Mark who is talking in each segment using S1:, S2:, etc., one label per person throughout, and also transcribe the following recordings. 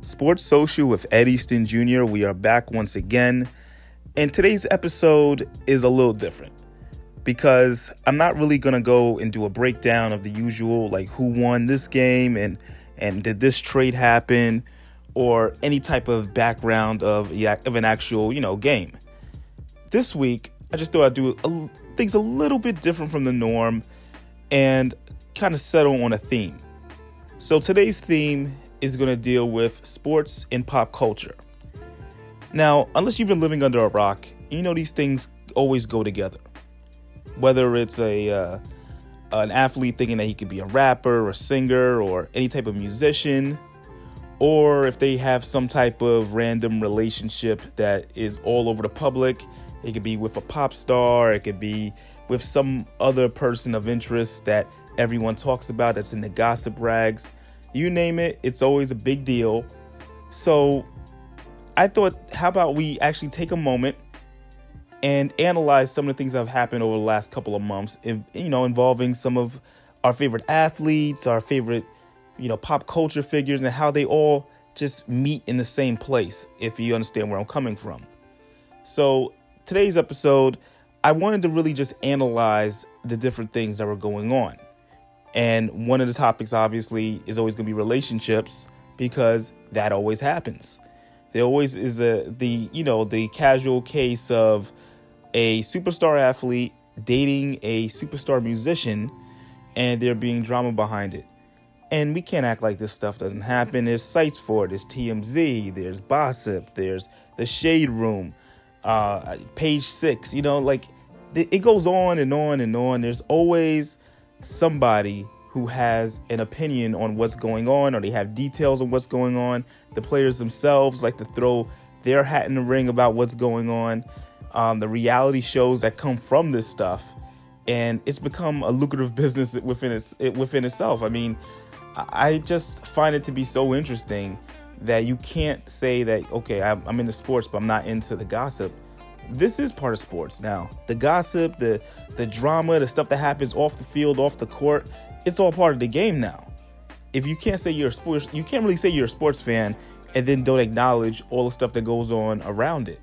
S1: Sports Social with Ed Easton Jr. We are back once again. And today's episode is a little different because I'm not really going to go and do a breakdown of the usual like who won this game and and did this trade happen or any type of background of of an actual, you know, game. This week, I just thought I'd do a, things a little bit different from the norm and kind of settle on a theme. So today's theme is going to deal with sports and pop culture. Now, unless you've been living under a rock, you know these things always go together. Whether it's a uh, an athlete thinking that he could be a rapper or singer or any type of musician, or if they have some type of random relationship that is all over the public, it could be with a pop star, it could be with some other person of interest that everyone talks about that's in the gossip rags. You name it, it's always a big deal. So I thought, how about we actually take a moment and analyze some of the things that have happened over the last couple of months, in, you know, involving some of our favorite athletes, our favorite, you know, pop culture figures, and how they all just meet in the same place, if you understand where I'm coming from. So today's episode, I wanted to really just analyze the different things that were going on. And one of the topics, obviously, is always going to be relationships because that always happens there always is a the you know the casual case of a superstar athlete dating a superstar musician and there being drama behind it and we can't act like this stuff doesn't happen there's sites for it there's tmz there's gossip there's the shade room uh, page six you know like th- it goes on and on and on there's always somebody who has an opinion on what's going on or they have details on what's going on. The players themselves like to throw their hat in the ring about what's going on. Um, the reality shows that come from this stuff, and it's become a lucrative business within its it, within itself. I mean, I just find it to be so interesting that you can't say that okay, I'm, I'm into sports, but I'm not into the gossip. This is part of sports now. The gossip, the the drama, the stuff that happens off the field, off the court, it's all part of the game now. If you can't say you're a sports, you can't really say you're a sports fan and then don't acknowledge all the stuff that goes on around it.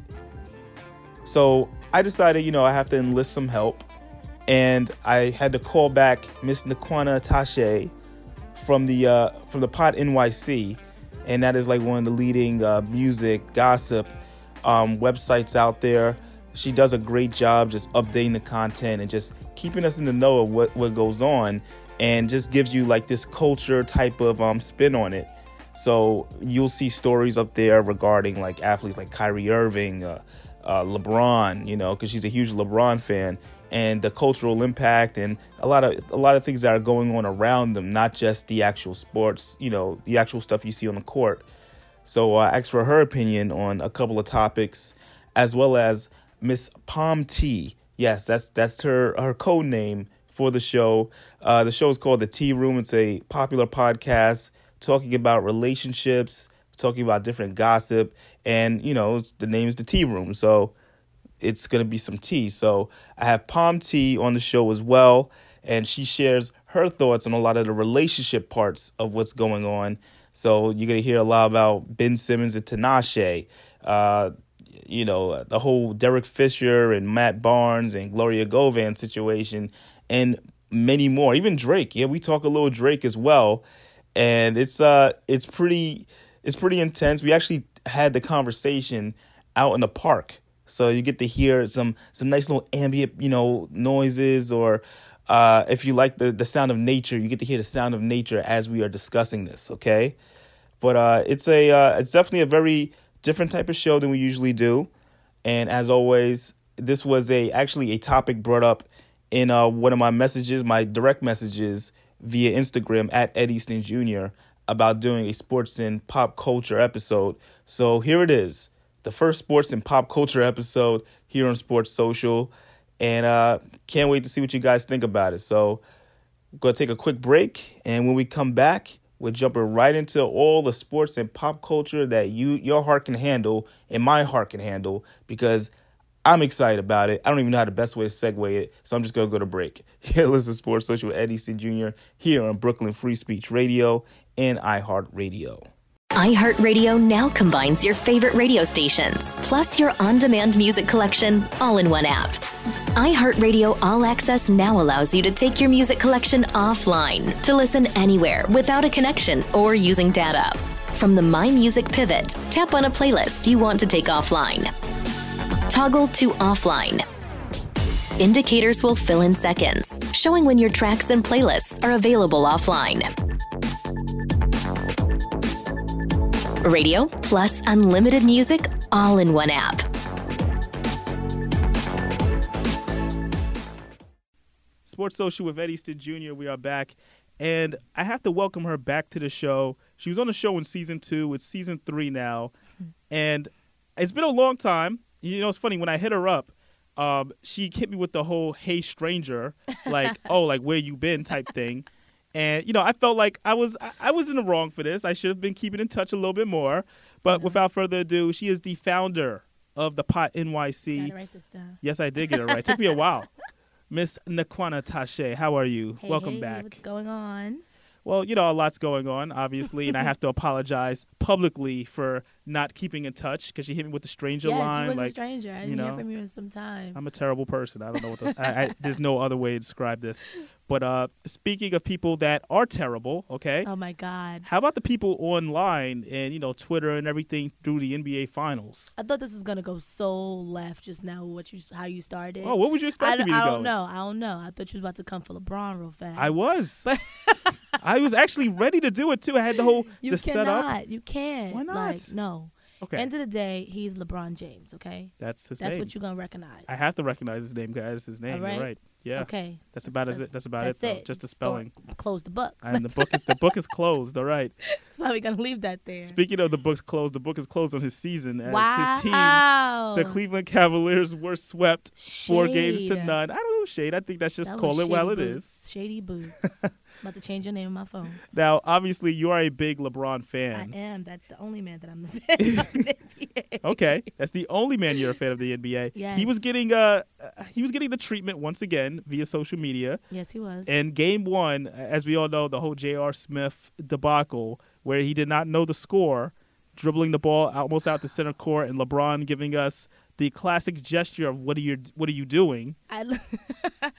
S1: So I decided, you know, I have to enlist some help, and I had to call back Miss Nakwana Tashe from the uh, from the Pot NYC, and that is like one of the leading uh, music gossip um, websites out there. She does a great job just updating the content and just keeping us in the know of what, what goes on and just gives you like this culture type of um, spin on it. So you'll see stories up there regarding like athletes like Kyrie Irving, uh, uh, LeBron, you know, because she's a huge LeBron fan, and the cultural impact and a lot of a lot of things that are going on around them, not just the actual sports, you know, the actual stuff you see on the court. So I uh, asked for her opinion on a couple of topics, as well as Miss Palm T. Yes, that's that's her her code name for the show. Uh, the show is called The Tea Room. It's a popular podcast talking about relationships, talking about different gossip, and you know the name is The Tea Room, so it's gonna be some tea. So I have Palm Tea on the show as well, and she shares her thoughts on a lot of the relationship parts of what's going on. So you're gonna hear a lot about Ben Simmons and Tinashe. Uh, you know the whole Derek Fisher and Matt Barnes and Gloria Govan situation, and many more. Even Drake. Yeah, we talk a little Drake as well, and it's uh it's pretty it's pretty intense. We actually had the conversation out in the park, so you get to hear some some nice little ambient you know noises or. Uh, if you like the, the sound of nature, you get to hear the sound of nature as we are discussing this, okay? But uh, it's a uh, it's definitely a very different type of show than we usually do. And as always, this was a actually a topic brought up in uh, one of my messages, my direct messages via Instagram at Ed Easton Jr. about doing a sports and pop culture episode. So here it is, the first sports and pop culture episode here on Sports Social, and uh, can't wait to see what you guys think about it. So I'm gonna take a quick break, and when we come back. We're jumping right into all the sports and pop culture that you your heart can handle and my heart can handle because I'm excited about it. I don't even know how the best way to segue it, so I'm just gonna go to break. Here, listen, Sports Social with Eddie C. Jr. here on Brooklyn Free Speech Radio and iHeartRadio.
S2: iHeartRadio now combines your favorite radio stations, plus your on demand music collection, all in one app. iHeartRadio All Access now allows you to take your music collection offline to listen anywhere without a connection or using data. From the My Music pivot, tap on a playlist you want to take offline. Toggle to offline. Indicators will fill in seconds, showing when your tracks and playlists are available offline. Radio plus unlimited music all in one app.
S3: Sports Social with Ed Easton Jr. We are back, and I have to welcome her back to the show. She was on the show in season two. It's season three now, and it's been a long time. You know, it's funny when I hit her up. Um, she hit me with the whole "Hey stranger," like "Oh, like where you been?" type thing, and you know, I felt like I was I, I was in the wrong for this. I should have been keeping in touch a little bit more. But without further ado, she is the founder of the Pot NYC.
S4: Gotta write this down.
S3: Yes, I did get it right. took me a while. Miss Nakwana Tashe, how are you?
S4: Hey,
S3: Welcome
S4: hey,
S3: back.
S4: What's going on?
S3: Well, you know, a lot's going on, obviously, and I have to apologize publicly for not keeping in touch because she hit me with the stranger
S4: yes,
S3: line.
S4: you was
S3: like,
S4: a stranger. I
S3: you
S4: didn't
S3: know,
S4: hear from you in some time.
S3: I'm a terrible person. I don't know what the, I, I, there's no other way to describe this. But uh, speaking of people that are terrible, okay,
S4: oh my god!
S3: how about the people online and you know Twitter and everything through the NBA Finals?
S4: I thought this was gonna go so left just now. What you how you started?
S3: Oh, what would you
S4: I,
S3: expect
S4: d-
S3: me to
S4: I
S3: go?
S4: don't know. I don't know. I thought you was about to come for LeBron real fast.
S3: I was. I was actually ready to do it too. I had the whole
S4: You
S3: the
S4: cannot.
S3: setup.
S4: You can't.
S3: Why not?
S4: Like, no.
S3: Okay,
S4: End of the day, he's LeBron James. Okay,
S3: that's his
S4: that's
S3: name.
S4: what you gonna recognize.
S3: I have to recognize his name, guys. His name.
S4: right.
S3: You're right. Yeah.
S4: Okay,
S3: That's about it. That's about it,
S4: that's
S3: though. Just the
S4: Start- close the book.
S3: And the book is the book is closed. All right.
S4: That's how we gonna leave that there.
S3: Speaking of the book's closed, the book is closed on his season as his team,
S4: wow.
S3: the Cleveland Cavaliers, were swept four games to
S4: Shade.
S3: none. I don't know shade. I think that's just
S4: That was
S3: call it
S4: Shady
S3: while it is.
S4: Boots. Shady Boots. About to change your name on my phone.
S3: Now, obviously, you are a big LeBron
S4: I
S3: fan.
S4: am. That's the only man that I'm the fan of in the NBA.
S3: Okay, that's the only man you're a fan of the NBA. He was
S4: Yes.
S3: getting uh, uh, he was getting the treatment once again via social media.
S4: Yes, he was.
S3: And game one, as we all know, the whole J.R. Smith debacle, where he did not know the score, dribbling the ball almost out to center court, and LeBron giving us the classic gesture of "What are you? What are you doing?"
S4: I, li-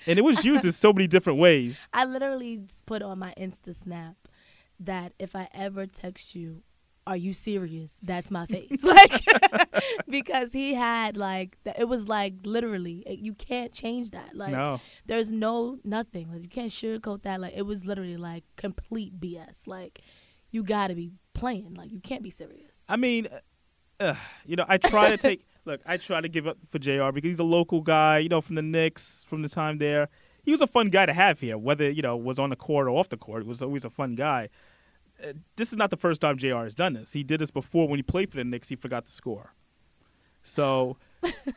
S3: And it was used in so many different ways.
S4: I literally s- put on my Insta snap that if I ever text you, are you serious? That's my face. like, because he had, like, th- it was like literally, it- you can't change that. Like,
S3: no,
S4: there's no nothing. Like you can't sugarcoat that. Like it was literally like complete BS. Like you gotta be playing. Like you can't be serious.
S3: I mean, uh, ugh, you know, I try to take look. I try to give up for J.R. because he's a local guy. You know, from the Knicks, from the time there, he was a fun guy to have here. Whether you know was on the court or off the court, he was always a fun guy. Uh, This is not the first time JR has done this. He did this before when he played for the Knicks. He forgot to score. So,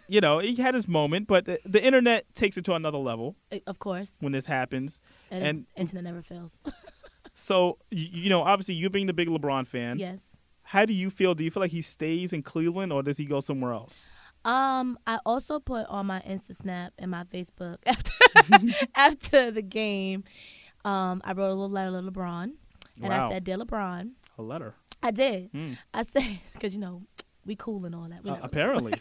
S3: you know, he had his moment, but the, the internet takes it to another level
S4: Uh, Of course,
S3: when this happens.
S4: and,
S3: and-
S4: internet never fails.
S3: So, you, you know, obviously, you being the big LeBron fan,
S4: yes.
S3: how do you feel? Do you feel like he stays in Cleveland or does he go somewhere else?
S4: Um, I also put on my Insta Snap and my Facebook after after the game. Um, I wrote a little letter to LeBron, and
S3: Wow.
S4: I said, "Dear LeBron,
S3: A letter.
S4: I did.
S3: Mm.
S4: I said because you know we cool and all that. We
S3: Uh,
S4: not-
S3: apparently.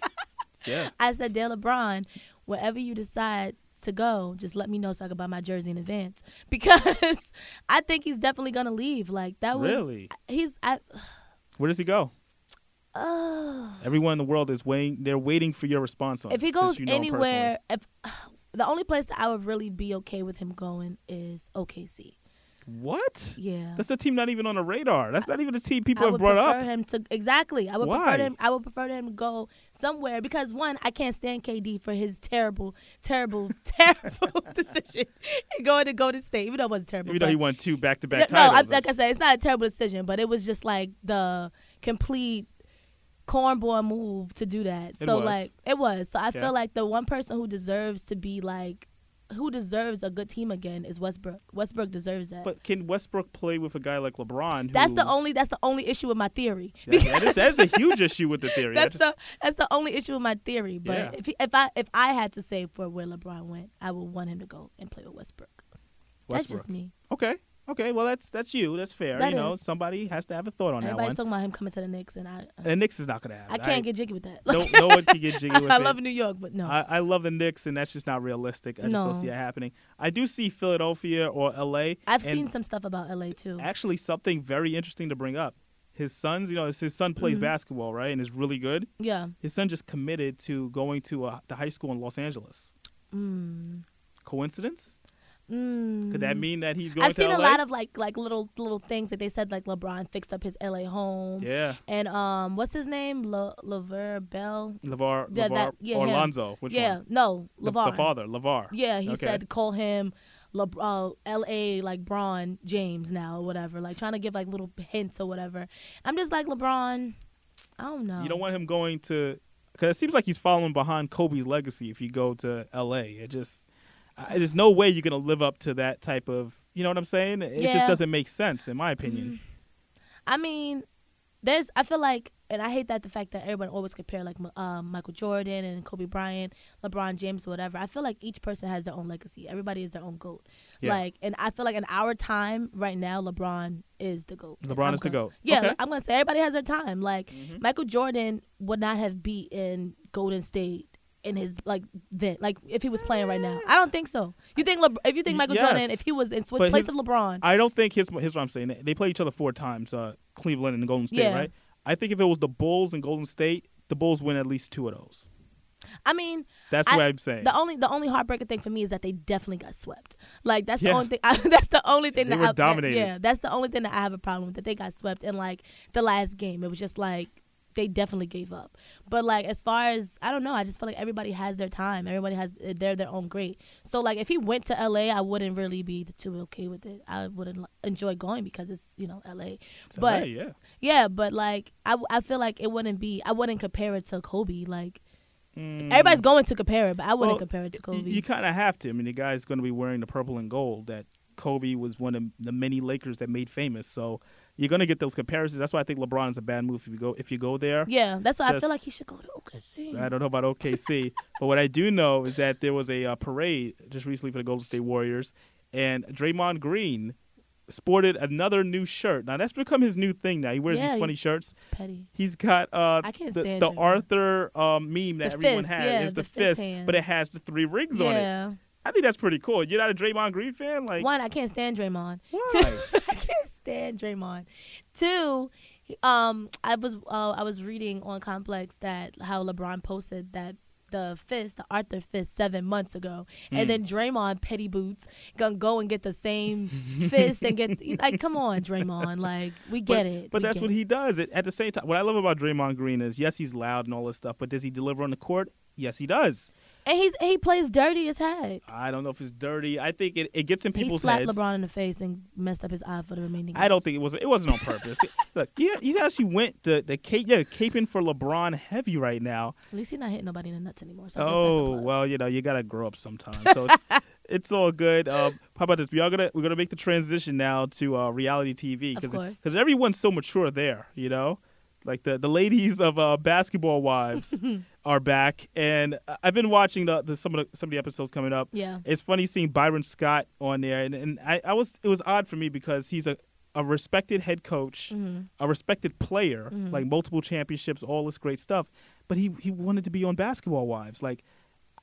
S3: yeah.
S4: I said, Dale LeBron, wherever you decide to go, just let me know so I can buy my jersey in advance because I think he's definitely gonna leave. Like that was
S3: Really?
S4: he's I
S3: Where does he go?
S4: oh
S3: Everyone in the world is waiting. They're waiting for your response on
S4: if
S3: this,
S4: he
S3: since
S4: goes
S3: you know him personally.
S4: anywhere if the only place that I would really be okay with him going is OKC.
S3: What?
S4: Yeah.
S3: That's a team not even on the radar. That's not even a team people
S4: I
S3: have
S4: would
S3: brought
S4: prefer
S3: up.
S4: him to exactly. I would
S3: Why?
S4: prefer him. I would prefer him to go somewhere because one, I can't stand KD for his terrible, terrible, terrible decision in going to Golden State. Even though it was terrible,
S3: Even though
S4: but-
S3: he won two back to
S4: No,
S3: back
S4: no, I,
S3: titles.
S4: like I said, it's not a terrible decision, but it was just like the complete cornball move to do that. So
S3: was.
S4: like it was. So I
S3: Yeah.
S4: feel like the one person who deserves to be like who deserves a good team again is Westbrook. Westbrook deserves that.
S3: but can Westbrook play with a guy like LeBron? Who,
S4: that's the only that's the only issue with my theory.
S3: That- that, is, that is a huge issue with the theory.
S4: That's
S3: I
S4: the
S3: just-
S4: that's the only issue with my theory. But
S3: Yeah.
S4: if he, if I if I had to say for where LeBron went, I would want him to go and play with Westbrook. That's
S3: Westbrook.
S4: just me.
S3: Okay. Okay, well that's that's you. That's fair.
S4: That
S3: you know,
S4: is.
S3: somebody has to have a thought on
S4: Everybody's
S3: that one.
S4: talking about him coming to the Knicks, and I
S3: and Knicks is not gonna happen.
S4: I can't get jiggy with that.
S3: no, no one can get jiggy with
S4: I
S3: it.
S4: love New York, but no.
S3: I, I love the Knicks, and that's just not realistic. I just don't
S4: No.
S3: see it happening. I do see Philadelphia or LA.
S4: I've
S3: and
S4: seen some stuff about LA too.
S3: actually something very interesting to bring up. His sons, you know, his his son
S4: Mm-hmm.
S3: plays basketball, right, and is really good.
S4: yeah.
S3: His son just committed to going to uh, the high school in Los Angeles.
S4: Mm.
S3: Coincidence?
S4: Mm.
S3: Could that mean that he's going
S4: I've
S3: to
S4: seen
S3: LA?
S4: a lot of like like little little things that they said like LeBron fixed up his LA home.
S3: yeah,
S4: And um, what's his name? Le- Lever Bell.
S3: Levar,
S4: Yeah,
S3: Levar
S4: that- yeah,
S3: or
S4: him.
S3: Alonzo, which
S4: yeah.
S3: one?
S4: No,
S3: The-
S4: Levar.
S3: The, father, Levar.
S4: Yeah, he
S3: Okay.
S4: said call him Le- uh, L.A. like Braun James now or whatever. Like trying to give like little hints or whatever. I'm just like LeBron. I don't know.
S3: You don't want him going to because it seems like he's following behind Kobe's legacy. If you go to L.A., it just I- there's no way you're gonna live up to that type of you know what I'm saying. It just
S4: Yeah. Mm-hmm.
S3: doesn't make sense in my opinion.
S4: I mean, there's. I feel like, and I hate that the fact that everyone always compare like um, Michael Jordan and Kobe Bryant, LeBron James, whatever. I feel like each person has their own legacy. Everybody is their own goat.
S3: Yeah.
S4: Like, and I feel like in our time right now, LeBron is the goat.
S3: LeBron
S4: I'm
S3: is the
S4: gonna-
S3: GOAT.
S4: Yeah,
S3: Okay. Mm-hmm.
S4: I'm gonna say everybody has their time. Like Michael Jordan would not have beaten Golden State. In his like then, like if he was playing right now, I don't think so. You think Lebr- if you think Michael Jordan,
S3: Yes.
S4: if he was in sw-
S3: But
S4: place
S3: his-
S4: of LeBron,
S3: I don't think his here's what I'm saying. They play each other four times, uh, Cleveland and Golden State,
S4: Yeah.
S3: right? I think if it was the Bulls and Golden State, the Bulls win at least two of those.
S4: I mean,
S3: That's
S4: I-
S3: what I'm saying.
S4: The only the only heartbreaking thing for me is that they definitely got swept. Like that's
S3: Yeah.
S4: the only thing. I, that's the only
S3: They
S4: thing that
S3: were
S4: I,
S3: dominated.
S4: yeah, that's the only thing that I have a problem with that they got swept in like the last game. It was just like they definitely gave up. But like as far as I don't know, I just feel like everybody has their time. Everybody has eh, they're their own great. So like if he went to L.A., I wouldn't really be too okay with it. I wouldn't li- enjoy going because it's you know L.A.
S3: It's
S4: but
S3: LA, yeah,
S4: yeah, but like I, I feel like it wouldn't be I wouldn't compare it to Kobe like.
S3: Mm.
S4: Everybody's going to compare it, but I wouldn't
S3: Well,
S4: compare it to
S3: y-
S4: Kobe.
S3: You kind of have to. I mean, the guy's going to be wearing the purple and gold that Kobe was one of the many Lakers that made famous. So you're going to get those comparisons. That's why I think LeBron is a bad move if you go if you go there.
S4: Yeah, that's why I
S3: Just-
S4: feel like he should go to OKC.
S3: I don't know about OKC, but what I do know is that there was a uh, parade just recently for the Golden State Warriors, and Draymond Green sported another new shirt. Now that's become his new thing. Now he wears
S4: Yeah,
S3: these
S4: he-
S3: funny shirts.
S4: It's petty.
S3: He's got uh,
S4: I can't
S3: the,
S4: stand
S3: the
S4: Draymond.
S3: Arthur um, meme that
S4: The
S3: everyone
S4: fist,
S3: has
S4: yeah,
S3: is the,
S4: the fist
S3: fist,
S4: hand.
S3: but it has the three rings on it.
S4: Yeah.
S3: I think that's pretty cool. You're not a Draymond Green fan, like
S4: One, I can't stand Draymond. Two,
S3: why?
S4: I can't stand Draymond. Two, he- um, I was uh, I was reading on Complex that how LeBron posted that the fist, the Arthur fist, seven months ago,
S3: Hmm.
S4: and then Draymond petty boots gonna go and get the same fist and get like, come on, Draymond, like we get
S3: but,
S4: it.
S3: But
S4: we
S3: that's
S4: get
S3: what
S4: it.
S3: he does. It, at the same time, what I love about Draymond Green is yes, he's loud and all this stuff, but does he deliver on the court? Yes, he does.
S4: and he's he plays dirty as heck.
S3: I don't know if it's dirty. I think it, it gets in
S4: He
S3: people's
S4: slapped
S3: heads.
S4: LeBron in the face and messed up his eye for the remaining.
S3: I don't
S4: games.
S3: think it was. It wasn't on purpose. Look, he, he actually went the the cape. Yeah, caping for LeBron heavy right now.
S4: At least he's not hitting nobody in the nuts anymore. So I guess that's a
S3: Oh
S4: plus.
S3: well, you know you gotta grow up sometime. So it's it's all good. Um, how about this? We are gonna we're gonna make the transition now to uh, reality TV
S4: Of
S3: because
S4: course.
S3: because everyone's so mature there. You know, like the the ladies of uh, basketball wives are back, and I- I've been watching the, the some of the, some of the episodes coming up.
S4: Yeah.
S3: it's funny seeing Byron Scott on there, and, and I, I was it was odd for me because he's a a respected head coach,
S4: Mm-hmm.
S3: a respected player, like multiple championships, all this great stuff. But he he wanted to be on Basketball Wives. Like,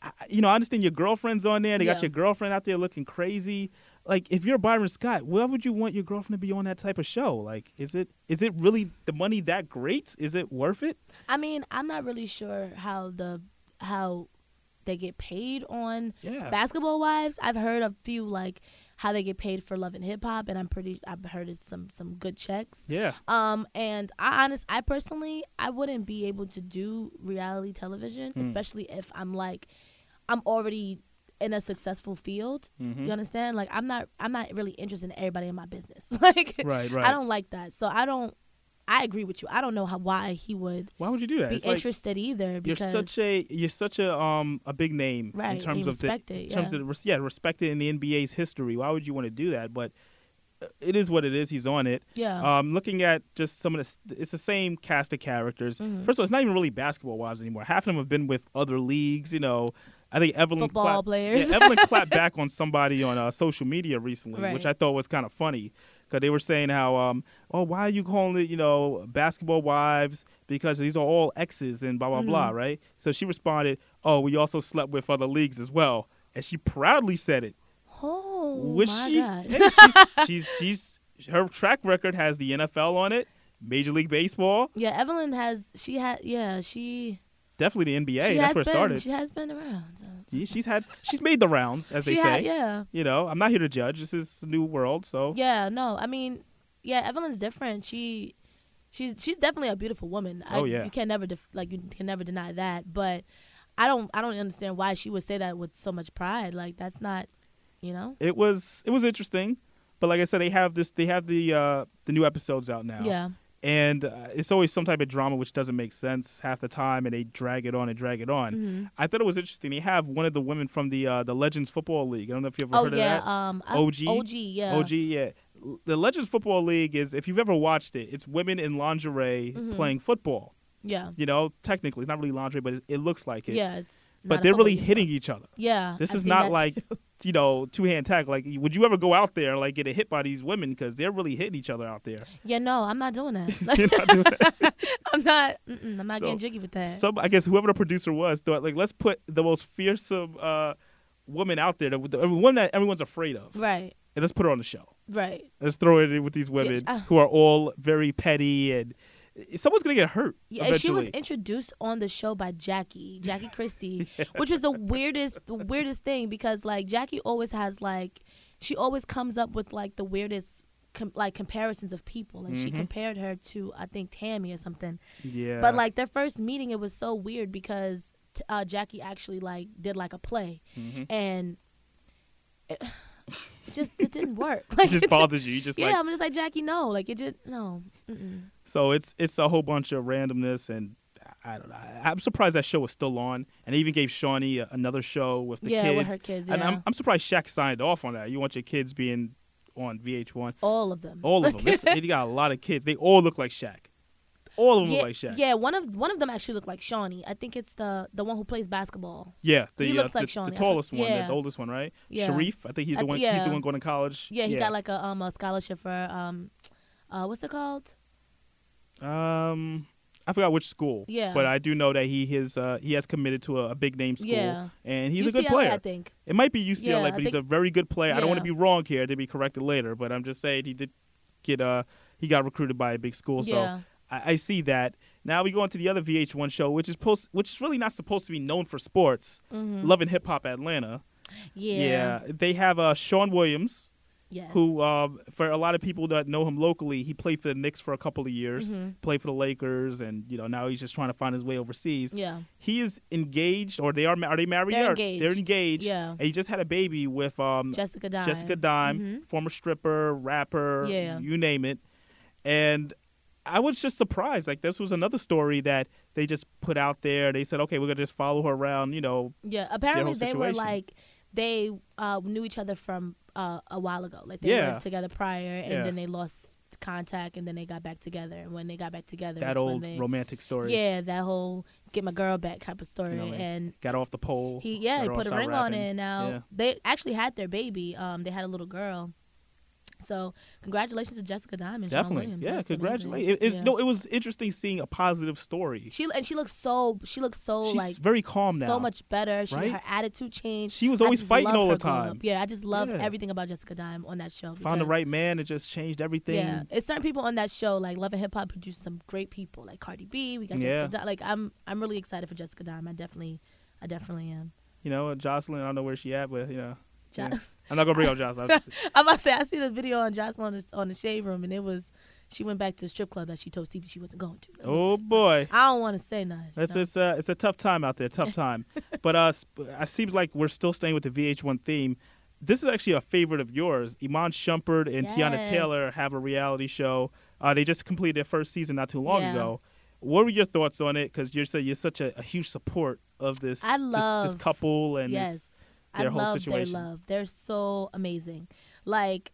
S3: I, you know, I understand your girlfriend's on there. They got
S4: Yeah.
S3: your girlfriend out there looking crazy. Like, if you're Byron Scott, why would you want your girlfriend to be on that type of show? Like, is it is it really the money that great? Is it worth it?
S4: I mean, I'm not really sure how the how they get paid on
S3: Yeah.
S4: Basketball Wives. I've heard a few like how they get paid for Love and Hip Hop, and I'm pretty. I've heard it's some some good checks.
S3: Yeah.
S4: Um, and I honest, I personally, I wouldn't be able to do reality television,
S3: Hmm.
S4: especially if I'm like, I'm already in a successful field.
S3: Mm-hmm.
S4: You understand? Like, I'm not, I'm not really interested in everybody in my business. Like,
S3: Right, right.
S4: I don't like that. So I don't. I agree with you. I don't know how why he would
S3: Why would you do that?
S4: be
S3: It's like-
S4: interested either.
S3: you're
S4: Because
S3: such a you're such a um a big name
S4: Right,
S3: in
S4: and
S3: terms
S4: you
S3: of the
S4: respect it,
S3: in terms
S4: yeah.
S3: of res- yeah respected in the NBA's history. Why would you want to do that? But uh, it is what it is. He's on it.
S4: Yeah.
S3: Um, looking at just some of the, s- it's the same
S4: Mm-hmm.
S3: cast of characters. First of all, it's not even really basketball wives anymore. Half of them have been with other leagues. You know, I think Evelyn
S4: Football
S3: clapped,
S4: players.
S3: Yeah, Evelyn clapped back on somebody on uh, social media recently, which
S4: Right.
S3: I thought was kind of funny because they were saying how, um, oh, why are you calling it, you know, basketball wives because these are all exes and blah blah
S4: Mm-hmm.
S3: blah, right? So she responded, oh, we also slept with other leagues as well, and she proudly said it.
S4: Oh
S3: Which
S4: my
S3: she,
S4: God.
S3: hey, she's, she's she's her track record has the NFL on it, Major League Baseball,
S4: Yeah, Evelyn has. She had. Yeah, she.
S3: definitely the NBA. that's
S4: she has
S3: where it
S4: been.
S3: started.
S4: She has been around.
S3: She- she's had she's made the rounds, as
S4: She
S3: they
S4: had.
S3: say.
S4: Yeah.
S3: You know, I'm not here to judge. This is a new world, so
S4: Yeah. No, I mean, yeah, Evelyn's different. She, she's she's definitely a beautiful woman. I,
S3: Oh, yeah.
S4: You can never def- like you can never deny that. But I don't I don't understand why she would say that with so much pride. Like that's not, you know.
S3: it was it was interesting. But like I said, they have this they have the uh the new episodes out now.
S4: Yeah.
S3: And uh, it's always some type of drama which doesn't make sense half the time, and they drag it on and drag it on.
S4: Mm-hmm.
S3: I thought it was interesting. They have one of the women from the uh, the Legends Football League. I don't know if you ever
S4: Oh
S3: heard
S4: yeah.
S3: of that.
S4: Um. I-
S3: OG?
S4: OG. Yeah.
S3: OG, yeah. L- The Legends Football League is, if you've ever watched it, it's women in lingerie
S4: Mm-hmm.
S3: playing football.
S4: Yeah.
S3: You know, technically, it's not really lingerie, but it, it looks like it.
S4: Yeah. It's. not
S3: But
S4: a
S3: they're
S4: football
S3: really
S4: game.
S3: hitting each other.
S4: Yeah.
S3: This
S4: I've
S3: is
S4: seen
S3: not
S4: that
S3: like,
S4: too.
S3: you know, two hand tackle. Like, would you ever go out there and, like, get a hit by these women? Because they're really hitting each other out there.
S4: Yeah. No, I'm not doing that. Like,
S3: You're not doing that.
S4: I'm not. Mm-mm, I'm not
S3: So,
S4: getting jiggy with that.
S3: Some, I guess whoever the producer was thought, like, let's put the most fearsome uh, woman out there, the, the one that everyone's afraid of,
S4: right.
S3: and let's put her on the show.
S4: Right.
S3: Let's throw it in with these women
S4: ah.
S3: who are all very petty and eh, someone's gonna get hurt.
S4: Yeah, and she
S3: eventually.
S4: was introduced on the show by Jackie, Jackie Christie, which was the weirdest, the weirdest thing because like Jackie always has like, she always comes up with like the weirdest com- like comparisons of people. Like
S3: Mm-hmm.
S4: she compared her to I think Tammy or something.
S3: yeah,
S4: But like their first meeting, it was so weird because t- uh, Jackie actually like did like a play,
S3: Mm-hmm.
S4: and it, just it didn't work. Like
S3: it just bothers you. You just
S4: Yeah,
S3: like
S4: I'm just like Jackie. No, like it just no.
S3: so it's it's a whole bunch of randomness and. I don't know. I- I'm surprised that show is still on, and they even gave Shawnee a- another show with the
S4: Yeah,
S3: kids.
S4: with her kids,
S3: And
S4: yeah.
S3: I'm, I'm surprised Shaq signed off on that. You want your kids being on VH1?
S4: All of them.
S3: All of them. It's, they got a lot of kids. They all look like Shaq. All of them
S4: yeah,
S3: look like Shaq.
S4: yeah, one of one of them actually looked like Shawnee. I think it's the the one who plays basketball.
S3: Yeah, the,
S4: He
S3: uh,
S4: looks
S3: the-
S4: like
S3: the,
S4: Shawnee. I for-
S3: tallest one,
S4: yeah.
S3: the oldest one, right?
S4: Yeah.
S3: Sharif, I think he's
S4: I
S3: the
S4: th-
S3: one. He's
S4: yeah.
S3: the one going to college.
S4: Yeah, he got like a um a scholarship for um uh what's it called?
S3: Um, I forgot which school.
S4: Yeah.
S3: But I do know that he his uh, he has committed to a, a big name school.
S4: Yeah.
S3: And he's a
S4: UCLA,
S3: good player.
S4: I think.
S3: It might be UCLA,
S4: Yeah, I
S3: but he's a
S4: think-
S3: very good player. I don't want to
S4: Yeah.
S3: be wrong here to be corrected later, but I'm just saying he did get uh he got recruited by a big school.
S4: Yeah.
S3: So I, I see that. Now we go on to the other VH1 show, which is post, which is really not supposed to be known for sports. Love and Hip Hop Atlanta.
S4: Mm-hmm. Yeah.
S3: They have uh, Sean Williams,
S4: Yes.
S3: who um, for a lot of people that know him locally, he played for the Knicks for a couple of years,
S4: Mm-hmm.
S3: played for the Lakers, and you know now he's just trying to find his way overseas.
S4: Yeah.
S3: he is engaged, or they are ma- are they married?
S4: They're
S3: Or-
S4: engaged.
S3: They're engaged.
S4: Yeah.
S3: and he just had a baby with um,
S4: Jessica Dime. Mm-hmm.
S3: Jessica Dime, former stripper, rapper,
S4: Yeah.
S3: you name it. And I was just surprised. Like this was another story that they just put out there. They said, okay, we're gonna just follow her around. You know,
S4: Yeah. Apparently they were
S3: situation.
S4: like they uh knew each other from uh a while ago. Like they
S3: Yeah.
S4: were together prior and
S3: Yeah.
S4: then they lost contact and then they got back together and when they got back together
S3: that
S4: is when
S3: old
S4: they,
S3: romantic story.
S4: Yeah, that whole get my girl back type of story
S3: You know, like,
S4: and
S3: got off the pole.
S4: He yeah,
S3: got
S4: he
S3: off,
S4: put a
S3: started
S4: ring on
S3: rapping.
S4: it. And now
S3: Yeah.
S4: they actually had their baby. Um, they had a little girl. So congratulations to Jessica Diamond. Sean
S3: Definitely.
S4: Williams.
S3: Yeah,
S4: That's amazing.
S3: congratulations. It, it's,
S4: Yeah.
S3: No, it was interesting seeing a positive story.
S4: she and she looks so she looks so
S3: She's
S4: Oh, like
S3: very calm now.
S4: so much better. She
S3: right?
S4: her attitude changed.
S3: She was
S4: I
S3: always
S4: just
S3: fighting
S4: love
S3: all
S4: her
S3: the
S4: growing
S3: time.
S4: up. Yeah, I just love
S3: Yeah.
S4: everything about Jessica Dime on that show.
S3: Found the
S4: because-
S3: right man and just changed everything.
S4: Yeah, it's certain people on that show like Love and Hip Hop produced some great people like Cardi B. We got
S3: Yeah.
S4: Jessica Dime. Like I'm I'm really excited for Jessica Dime. I definitely I definitely am.
S3: You know, Jocelyn, I don't know where she at, but you know.
S4: Jo-
S3: yeah. I'm not gonna bring up Jocelyn.
S4: I'm about to say I seen a video on Jocelyn on the, on the shade room, and it was she went back to the strip club that she told Stevie she wasn't going to.
S3: oh boy.
S4: I don't want to say nothing.
S3: It's,
S4: no.
S3: it's, a, it's a tough time out there, tough time. but uh, sp- it seems like we're still staying with the VH1 theme. This is actually a favorite of yours. Iman Shumpert and Tiana
S4: Yes.
S3: Taylor have a reality show. Uh, they just completed their first season not too long
S4: Yeah.
S3: ago. What were your thoughts on it? Because you're so you're such a, a huge support of this
S4: I
S3: this- this,
S4: love-
S3: couple and this.
S4: yes, I
S3: their whole
S4: love
S3: situation.
S4: their love. They're so amazing. Like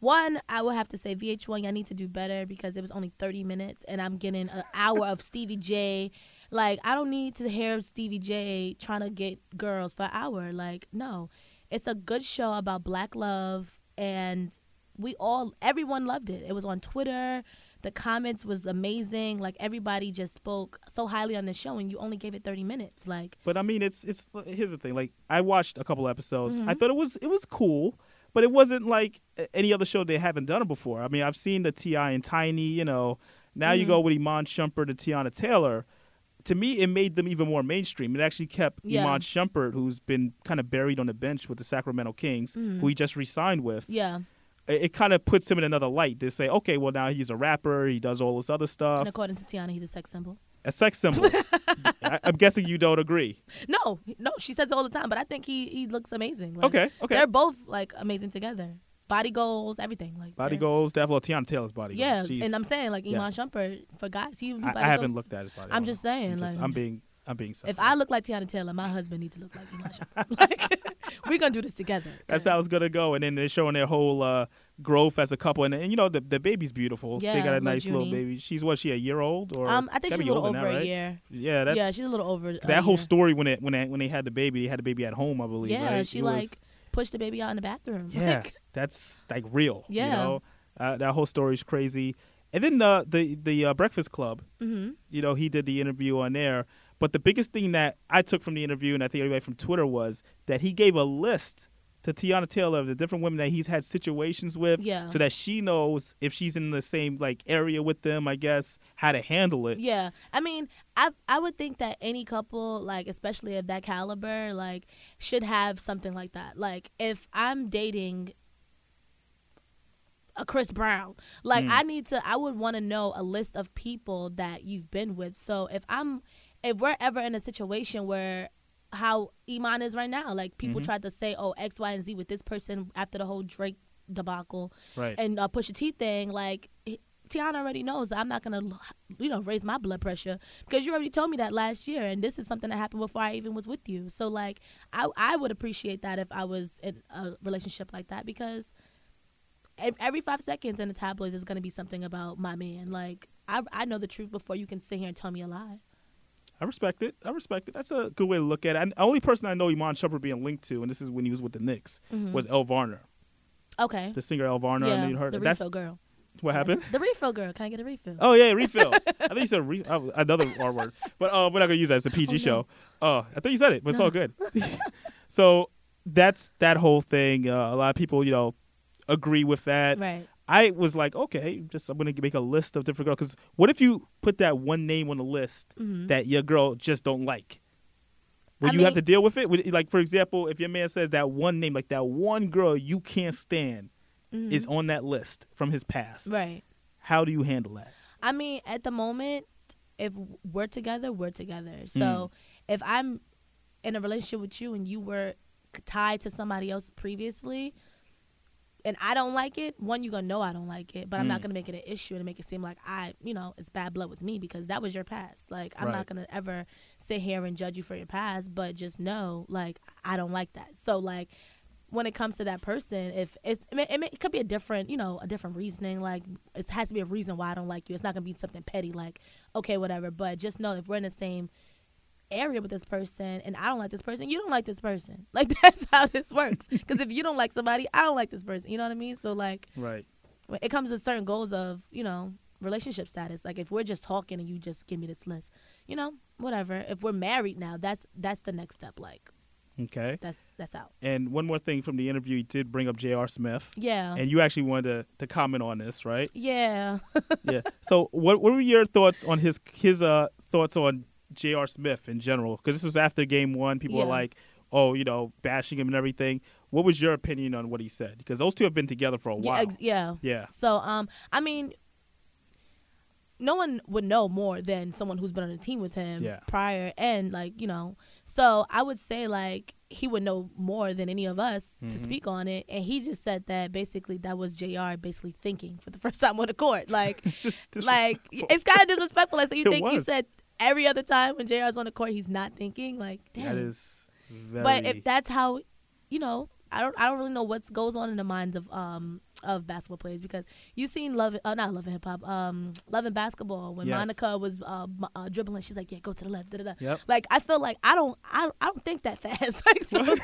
S4: one, I would have to say VH1, y'all need to do better because it was only 30 minutes, and I'm getting an hour of Stevie J. Like I don't need to hear Stevie J trying to get girls for our like no. It's a good show about black love and we all everyone loved it. It was on Twitter. The comments was amazing. Like everybody just spoke so highly on the show and you only gave it 30 minutes. Like
S3: But I mean, it's it's here's the thing. Like I watched a couple episodes.
S4: Mm-hmm.
S3: I thought it was it was cool, but it wasn't like a- any other show they haven't done it before. I mean, I've seen the Ti and Tiny. You know, now you
S4: Mm-hmm.
S3: go with Iman Shumpert and Tiana Taylor. To me, it made them even more mainstream. It actually kept
S4: Yeah.
S3: Iman Shumpert, who's been kind of buried on the bench with the Sacramento Kings, who he just re-signed with.
S4: Mm. yeah.
S3: It, it kind of puts him in another light. They say, okay, well now he's a rapper. He does all this other stuff.
S4: And according to Tiana, he's a sex symbol.
S3: A sex symbol. I, I'm guessing you don't agree.
S4: No, no, she says it all the time, but I think he he looks amazing. Like,
S3: Okay, okay.
S4: They're both like amazing together. Body goals, everything. Like
S3: Body
S4: they're-
S3: goals, Devil Tiana Taylor's body
S4: Yeah,
S3: goals. She's-
S4: and I'm saying like Iman
S3: yes.
S4: Shumpert for guys, he.
S3: I,
S4: body
S3: I haven't
S4: goals-
S3: looked at his body.
S4: I'm
S3: goals.
S4: just saying,
S3: I'm
S4: like-
S3: I'm being, I'm being.
S4: If
S3: selfish.
S4: I look like Tiana Taylor, my husband needs to look like Iman Shumpert. Like we're gonna do this together.
S3: that's how it's gonna go, and then they're showing their whole uh, growth as a couple, and, and you know the the baby's beautiful. they
S4: Yeah,
S3: got a nice
S4: Junie.
S3: little baby. She's what? She a year old or?
S4: Um, I think
S3: gotta
S4: she's
S3: be
S4: a little
S3: older
S4: over
S3: now,
S4: a
S3: right?
S4: year.
S3: Yeah, that's
S4: yeah, she's a little over. a
S3: that whole
S4: year.
S3: story when it when it, when they had the baby, they had the baby at home, I believe.
S4: Yeah,
S3: right?
S4: she
S3: It was-
S4: like pushed the baby out in the bathroom.
S3: Yeah,
S4: Like,
S3: that's like real. you
S4: Yeah.
S3: know? uh, that whole story's crazy. And then the the the uh, Breakfast Club.
S4: Mm-hmm.
S3: You know, he did the interview on there. But the biggest thing that I took from the interview, and I think everybody from Twitter, was that he gave a list to Tiana Taylor of the different women that he's had situations with,
S4: Yeah.
S3: so that she knows if she's in the same like area with them, I guess, how to handle it.
S4: Yeah, I mean, I I would think that any couple, like especially of that caliber, like should have something like that. Like if I'm dating a uh, Chris Brown, like I need to, I would want to know a list of people that you've been with. So if I'm, if we're ever in a situation where how Iman is right now, like people tried to say, oh X, Y, and Z with this person after the whole Drake debacle,
S3: Right.
S4: and uh, push a T thing, like he- Tiana already knows that I'm not gonna, you know, raise my blood pressure because you already told me that last year, and this is something that happened before I even was with you. So like, I I would appreciate that if I was in a relationship like that because ev- every five seconds in the tabloids is gonna be something about my man. Like I I know the truth before you can sit here and tell me a lie.
S3: I respect it. I respect it. That's a good way to look at it. And the only person I know Iman Shumpert being linked to, and this is when he was with the Knicks,
S4: Mm-hmm.
S3: was El Varner,
S4: Okay.
S3: the singer El Varner. I know you heard
S4: the
S3: of. That's
S4: refill girl.
S3: what happened.
S4: The refill girl. Can I get a refill?
S3: Oh yeah, refill. I think you said re- oh, another R word, but uh, we're not gonna use that. It's a PG show. Oh, I thought you said it, but it's all good. so that's that whole thing. Uh, a lot of people, you know, agree with that.
S4: Right.
S3: I was like, okay, just I'm gonna make a list of different girls. Because what if you put that one name on the list that your girl just don't like? Will
S4: Mm-hmm. I
S3: you have to
S4: mean-
S3: deal with it? Would, like for example, if your man says that one name, like that one girl you can't stand, is on that list from his past.
S4: Mm-hmm. Right.
S3: How do you handle that?
S4: I mean, at the moment, if we're together, we're together.
S3: Mm.
S4: So if I'm in a relationship with you and you were c- tied to somebody else previously, and I don't like it, one, you're gonna know I don't like it, but I'm not gonna make it an issue and make it seem like I, you know, it's bad blood with me because that was your past. Like, I'm
S3: Right.
S4: not gonna ever sit here and judge you for your past, but just know, like, I don't like that. So, like, when it comes to that person, if it's I mean, it, may- it could be a different, you know, a different reasoning. Like it has to be a reason why I don't like you. It's not gonna be something petty, like okay, whatever. But just know if we're in the same area with this person and I don't like this person, you don't like this person. Like that's how this works. Because if you don't like somebody, I don't like this person. You know what I mean? So like
S3: Right.
S4: when it comes to certain goals of you know relationship status like if we're just talking and you just give me this list you know whatever if we're married now that's that's the next step like
S3: Okay.
S4: that's that's out
S3: And one more thing from the interview, you did bring up J.R. Smith.
S4: yeah
S3: And you actually wanted to, to comment on this, right?
S4: yeah
S3: yeah. So what what were your thoughts on his his uh thoughts on J.R. Smith in general? Because this was after Game One, people were
S4: Yeah.
S3: like, "Oh, you know, bashing him and everything." What was your opinion on what he said? Because those two have been together for a
S4: Yeah,
S3: while.
S4: ex- yeah.
S3: Yeah.
S4: So, um, I mean, no one would know more than someone who's been on a team with him
S3: Yeah.
S4: prior, and like you know, so I would say like he would know more than any of us
S3: Mm-hmm.
S4: to speak on it, and he just said that basically that was Jr. basically thinking for the first time on the court, like
S3: It's just
S4: like
S3: disrespectful.
S4: it's kind of disrespectful. Like, so you
S3: It
S4: think you
S3: was.
S4: said every other time when JR's on the court, he's not thinking like damn.
S3: that is very
S4: But if that's how, you know, I don't I don't really know what goes on in the minds of um of basketball players because you've seen love, uh, not love and hip hop, um, love and basketball. When
S3: Yes.
S4: Monica was uh, m- uh, dribbling, she's like, "Yeah, go to the left." Da, da, da.
S3: Yep.
S4: Like I feel like I don't, I, I don't think that fast. like, so, I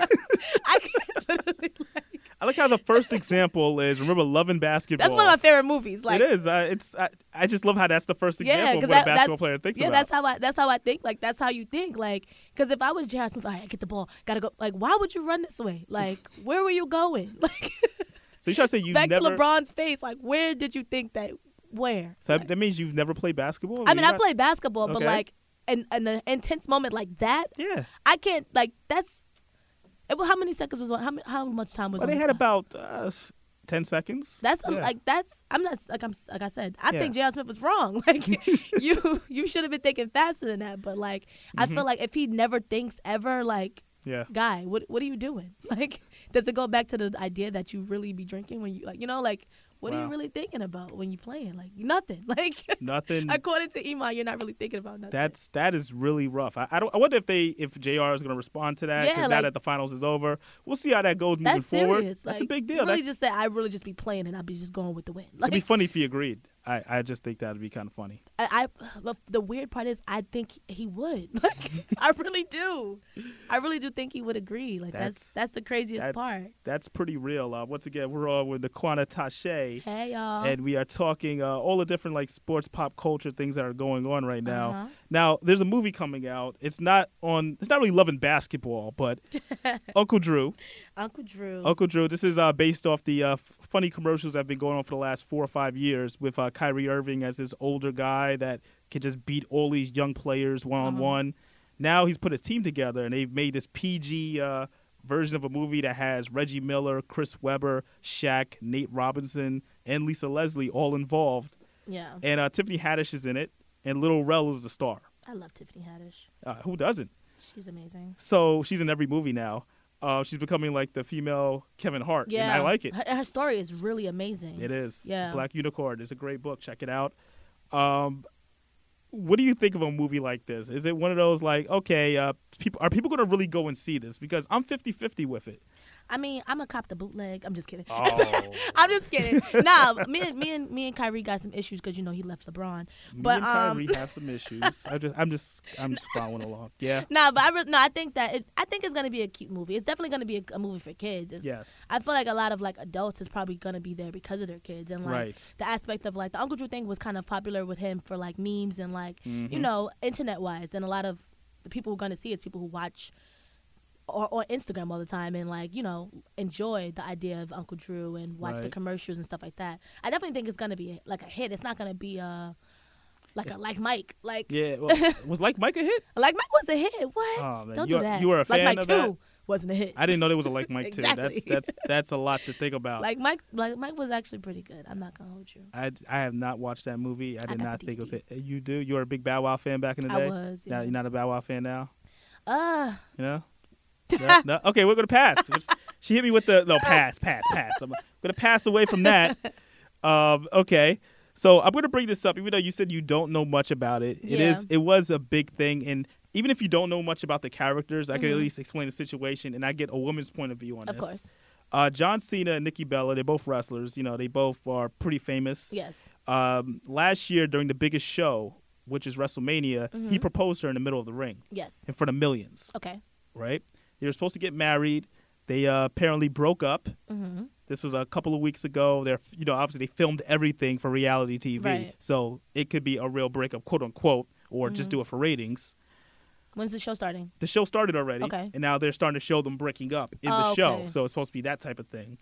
S4: can't literally. Like,
S3: I like how the first example is remember loving basketball.
S4: that's one of my favorite movies. Like
S3: it is. I, it's. I, I just love how that's the first example of what a
S4: that-
S3: basketball
S4: that's-
S3: player thinks
S4: yeah,
S3: about.
S4: that's how I that's how I think. Like that's how you think. Like because if I was J.R. Smith, all right, I get the ball, gotta go. Like why would you run this way? Like where were you going? Like
S3: so you try to say you
S4: back
S3: never.
S4: to LeBron's face. Like where did you think that? Where?
S3: So that means you've never played basketball.
S4: I mean,
S3: You're
S4: I
S3: not-
S4: played basketball, but
S3: Oh, Okay.
S4: like in, in an intense moment like that,
S3: Yeah.
S4: I can't. Like that's. It, well, how many seconds was on? How, many, how much time was?
S3: Well,
S4: on
S3: they
S4: the
S3: had
S4: clock?
S3: about uh, s- ten seconds.
S4: That's a,
S3: Yeah.
S4: like that's I'm not like I'm like I said I
S3: Yeah.
S4: think J.R. Smith was wrong. Like you you should have been thinking faster than that. But like I feel like if he never thinks ever, like
S3: Mm-hmm. Yeah.
S4: guy, what what are you doing? Like does it go back to the idea that you really be drinking when you like you know like what are you
S3: Wow.
S4: really thinking about when you playing? Like nothing. Like
S3: Nothing.
S4: according to Iman, you're not really thinking about nothing.
S3: That's that is really rough. I, I don't. I wonder if they if Jr. is going to respond to that. 'cause
S4: Yeah,
S3: now
S4: like-
S3: that the finals is over, we'll see how that goes moving
S4: that's
S3: forward.
S4: serious.
S3: that's a
S4: Like,
S3: big
S4: you
S3: deal.
S4: Really
S3: That-
S4: just say I really just be playing and I be just going with the wind.
S3: it'd be
S4: Like-
S3: funny if he agreed. I, I just think that'd be kind of funny.
S4: I, I but the weird part is I think he would. Like I really do. I really do think he would agree. Like that's that's,
S3: That's-
S4: the craziest
S3: That's
S4: part.
S3: that's pretty real. Uh, once again, we're on with the Quanta Tache.
S4: Hey y'all.
S3: and we are talking uh, all the different like sports pop culture things that are going on right now
S4: Uh-huh.
S3: now there's a movie coming out it's not on it's not really loving basketball but uncle drew
S4: Uncle Drew.
S3: uncle drew this is uh, based off the uh, f- funny commercials that have been going on for the last four or five years with uh, kyrie irving as this older guy that can just beat all these young players one-on-one now he's put his team together and they've made this pg uh, version of a movie that has reggie miller chris webber Shaq, nate robinson and lisa leslie all involved
S4: yeah.
S3: and uh, Tiffany Haddish is in it, and Little Rel is the star.
S4: I love Tiffany Haddish.
S3: Uh, who doesn't?
S4: She's amazing.
S3: So she's in every movie now. Uh, she's becoming like the female Kevin Hart,
S4: Yeah.
S3: and I like it.
S4: Her, her story is really amazing.
S3: It is. The
S4: Yeah.
S3: Black Unicorn is a great book. Check it out. Um, what do you think of a movie like this? Is it one of those like, okay, uh, people are people going to really go and see this? Because I'm 50-50 with it.
S4: I mean, I'm a cop the bootleg. I'm just kidding.
S3: Oh,
S4: I'm just kidding. nah, me and me and me and Kyrie got some issues because you know he left LeBron.
S3: me
S4: But
S3: and
S4: um
S3: Kyrie have some issues. I just, I'm just, I'm just following along. Yeah.
S4: Nah, but I re- no, I think that it, I think it's gonna be a cute movie. It's definitely gonna be a, a movie for kids. It's,
S3: Yes.
S4: I feel like a lot of like adults is probably gonna be there because of their kids and like
S3: Right.
S4: the aspect of like the Uncle Drew thing was kind of popular with him for like memes and like you
S3: Mm-hmm.
S4: know internet wise and a lot of the people who are gonna see it is people who watch or on Instagram all the time and like you know enjoy the idea of Uncle Drew and watch the
S3: Right.
S4: commercials and stuff like that. I definitely think it's gonna be like a hit. It's not gonna be a like a like Mike like
S3: Yeah. Well, was like Mike a hit?
S4: like Mike was a hit. What?
S3: Oh, man,
S4: Don't
S3: you
S4: do
S3: are-
S4: that.
S3: you are a
S4: like
S3: fan
S4: Mike
S3: of
S4: two
S3: that?
S4: wasn't a hit.
S3: I didn't know there was a like Mike too. That's
S4: Exactly.
S3: that's that's a lot to think about.
S4: like Mike, like Mike was actually pretty good. I'm not gonna hold you.
S3: I, I have not watched that movie. I did
S4: got
S3: not
S4: the
S3: think it was.
S4: DVD.
S3: It. You do. You were a big Bow Wow fan back in the
S4: I
S3: day.
S4: was,
S3: Now
S4: yeah.
S3: you're not a Bow Wow fan now.
S4: Uh
S3: You know. No, no? Okay, we're gonna pass. We're just- she hit me with the no pass, pass, pass. I'm gonna pass away from that. Um, okay, so I'm gonna bring this up, even though you said you don't know much about it. It
S4: Yeah.
S3: is. It was a big thing, and even if you don't know much about the characters, I can at least explain the situation, and I get a woman's point of view on
S4: Mm-hmm. Of
S3: this.
S4: course.
S3: Uh, John Cena and Nikki Bella, they're both wrestlers. You know, they both are pretty famous
S4: yes.
S3: um, last year during the biggest show, which is WrestleMania,
S4: Mm-hmm.
S3: he proposed to her in the middle of the ring
S4: Yes.
S3: in front of millions.
S4: Okay.
S3: Right? They were supposed to get married. They uh, apparently broke up. Mm-hmm. This was a couple of weeks ago. They're you know obviously they filmed everything for reality TV,
S4: Right.
S3: so it could be a real breakup, quote unquote, or just do it for ratings.
S4: When's the show starting?
S3: The show started already,
S4: Okay.
S3: and now they're starting to show them breaking up in the
S4: Oh,
S3: show.
S4: okay.
S3: So it's supposed to be that type of thing.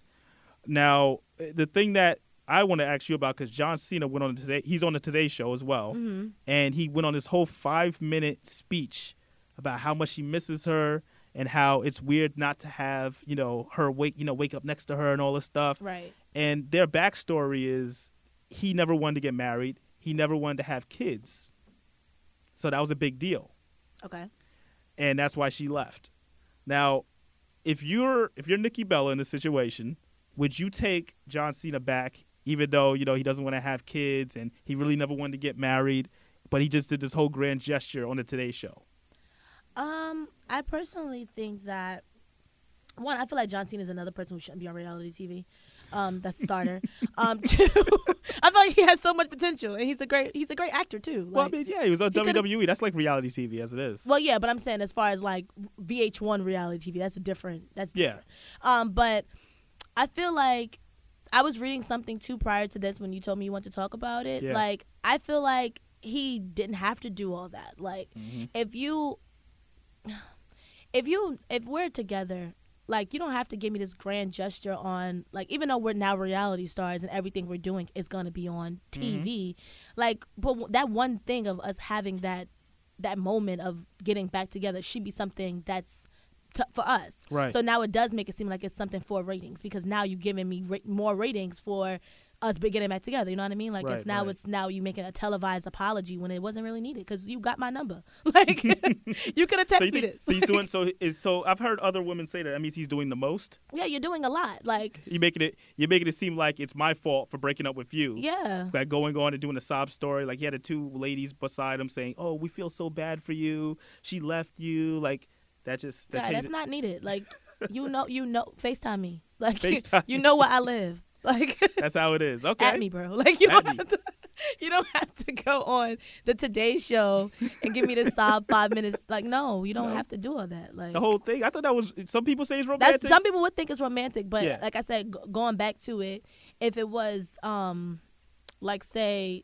S3: Now, uh, the thing that I want to ask you about because John Cena went on today. He's on the Today Show as well,
S4: Mm-hmm.
S3: and he went on this whole five-minute speech about how much he misses her and how it's weird not to have you know her wake you know wake up next to her and all this stuff.
S4: Right.
S3: And their backstory is he never wanted to get married. He never wanted to have kids. So that was a big deal
S4: Okay.
S3: and that's why she left. Now, if you're if you're Nikki Bella in this situation, would you take John Cena back, even though you know he doesn't want to have kids and he really never wanted to get married, but he just did this whole grand gesture on the Today Show?
S4: Um, I personally think that one, I feel like John Cena is another person who shouldn't be on reality TV. Um, that's a starter. um, two, I feel like he has so much potential, and he's a great he's a great actor too. Like,
S3: well, I mean, yeah, he was on
S4: he could've-
S3: WWE. That's like reality TV as it is.
S4: well, yeah, but I'm saying as far as like VH1 reality TV, that's a different. That's
S3: Yeah.
S4: different. Um, but I feel like I was reading something too prior to this when you told me you want to talk about it.
S3: Yeah.
S4: Like I feel like he didn't have to do all that. Like if you, if you, if we're together. Like you don't have to give me this grand gesture on like even though we're now reality stars and everything we're doing is gonna be on
S3: Mm-hmm.
S4: TV, like but w- that one thing of us having that that moment of getting back together should be something that's t- for us.
S3: Right.
S4: So now it does make it seem like it's something for ratings because now you're giving me ra- more ratings for us be- getting back together. You know what I mean? Like
S3: Right,
S4: it's now
S3: right.
S4: it's now you making a televised apology when it wasn't really needed because you got my number. Like you could have texted
S3: so, you
S4: me
S3: think-
S4: this.
S3: so he's doing so is so I've heard other women say that. That means he's doing the most.
S4: yeah, you're doing a lot. Like
S3: You making it you're making it seem like it's my fault for breaking up with you.
S4: yeah.
S3: Like going on and doing a sob story. Like he had the two ladies beside him saying, "Oh, we feel so bad for you. She left you." Like that just that
S4: God,
S3: changes-
S4: that's not needed. Like you know, you know, Facetime me. Like
S3: FaceTime.
S4: you know where I live. Like
S3: that's how it is. Okay.
S4: at me, bro. Like you
S3: At
S4: don't
S3: me.
S4: have to, you don't have to go on the Today Show and give me the sob five minutes. Like no, you don't have to do all that. Like
S3: The whole thing. I thought that was some people say it's romantic.
S4: that's some people would think it's romantic, but
S3: Yeah.
S4: like I said, g- going back to it, if it was um, like say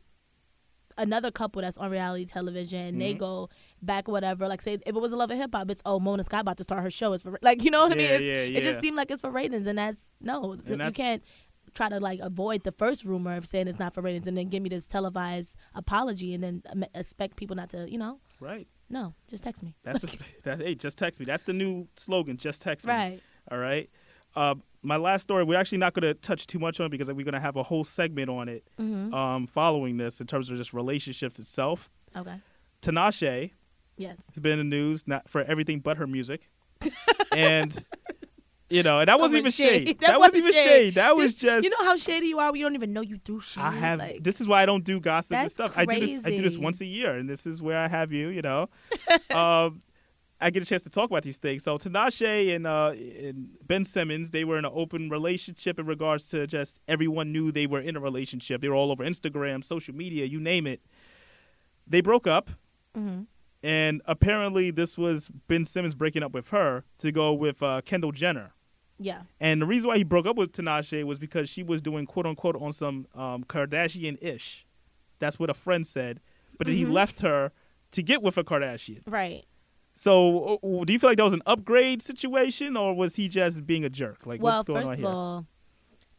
S4: another couple that's on reality television and
S3: Mm-hmm.
S4: they go back whatever like say if it was a love and hip hop it's oh Mona Scott about to start her show it's for ra- like you know what I mean
S3: Yeah,
S4: it's,
S3: yeah,
S4: it just
S3: yeah.
S4: seemed like it's for ratings and that's no you- you
S3: that's-
S4: can't try to like avoid the first rumor of saying it's not for ratings and then give me this televised apology and then um, expect people not to you know
S3: Right.
S4: no just text me
S3: That's the, that's hey, just text me. That's the new slogan. Just text me.
S4: Right.
S3: All right. Uh, my last story. We're actually not going to touch too much on it because we're going to have a whole segment on it
S4: Mm-hmm.
S3: um, following this in terms of just relationships itself.
S4: okay
S3: Tinashe
S4: yes
S3: has been in the news not for everything but her music, and you know, and that wasn't even
S4: much
S3: shade.
S4: shade.
S3: That,
S4: That
S3: wasn't
S4: wasn't
S3: even shade.
S4: shade.
S3: That was just
S4: You know how shady you are. We don't even know you do shit.
S3: I have.
S4: Like,
S3: this is why I don't do gossip and
S4: That's
S3: stuff. I do this. I do this
S4: crazy.
S3: once a year, and this is where I have you. You know, um, I get a chance to talk about these things. So Tinashe and, uh, and Ben Simmons, they were in an open relationship in regards to just everyone knew they were in a relationship. They were all over Instagram, social media, you name it. They broke up,
S4: Mm-hmm.
S3: and apparently this was Ben Simmons breaking up with her to go with uh, Kendall Jenner.
S4: yeah,
S3: And the reason why he broke up with Tinashe was because she was doing quote unquote on some um, Kardashian ish. That's what a friend said. But
S4: Mm-hmm.
S3: then he left her to get with a Kardashian.
S4: right.
S3: So uh, uh, do you feel like that was an upgrade situation or was he just being a jerk? Like
S4: well,
S3: what's going
S4: first
S3: on
S4: of
S3: here?
S4: all,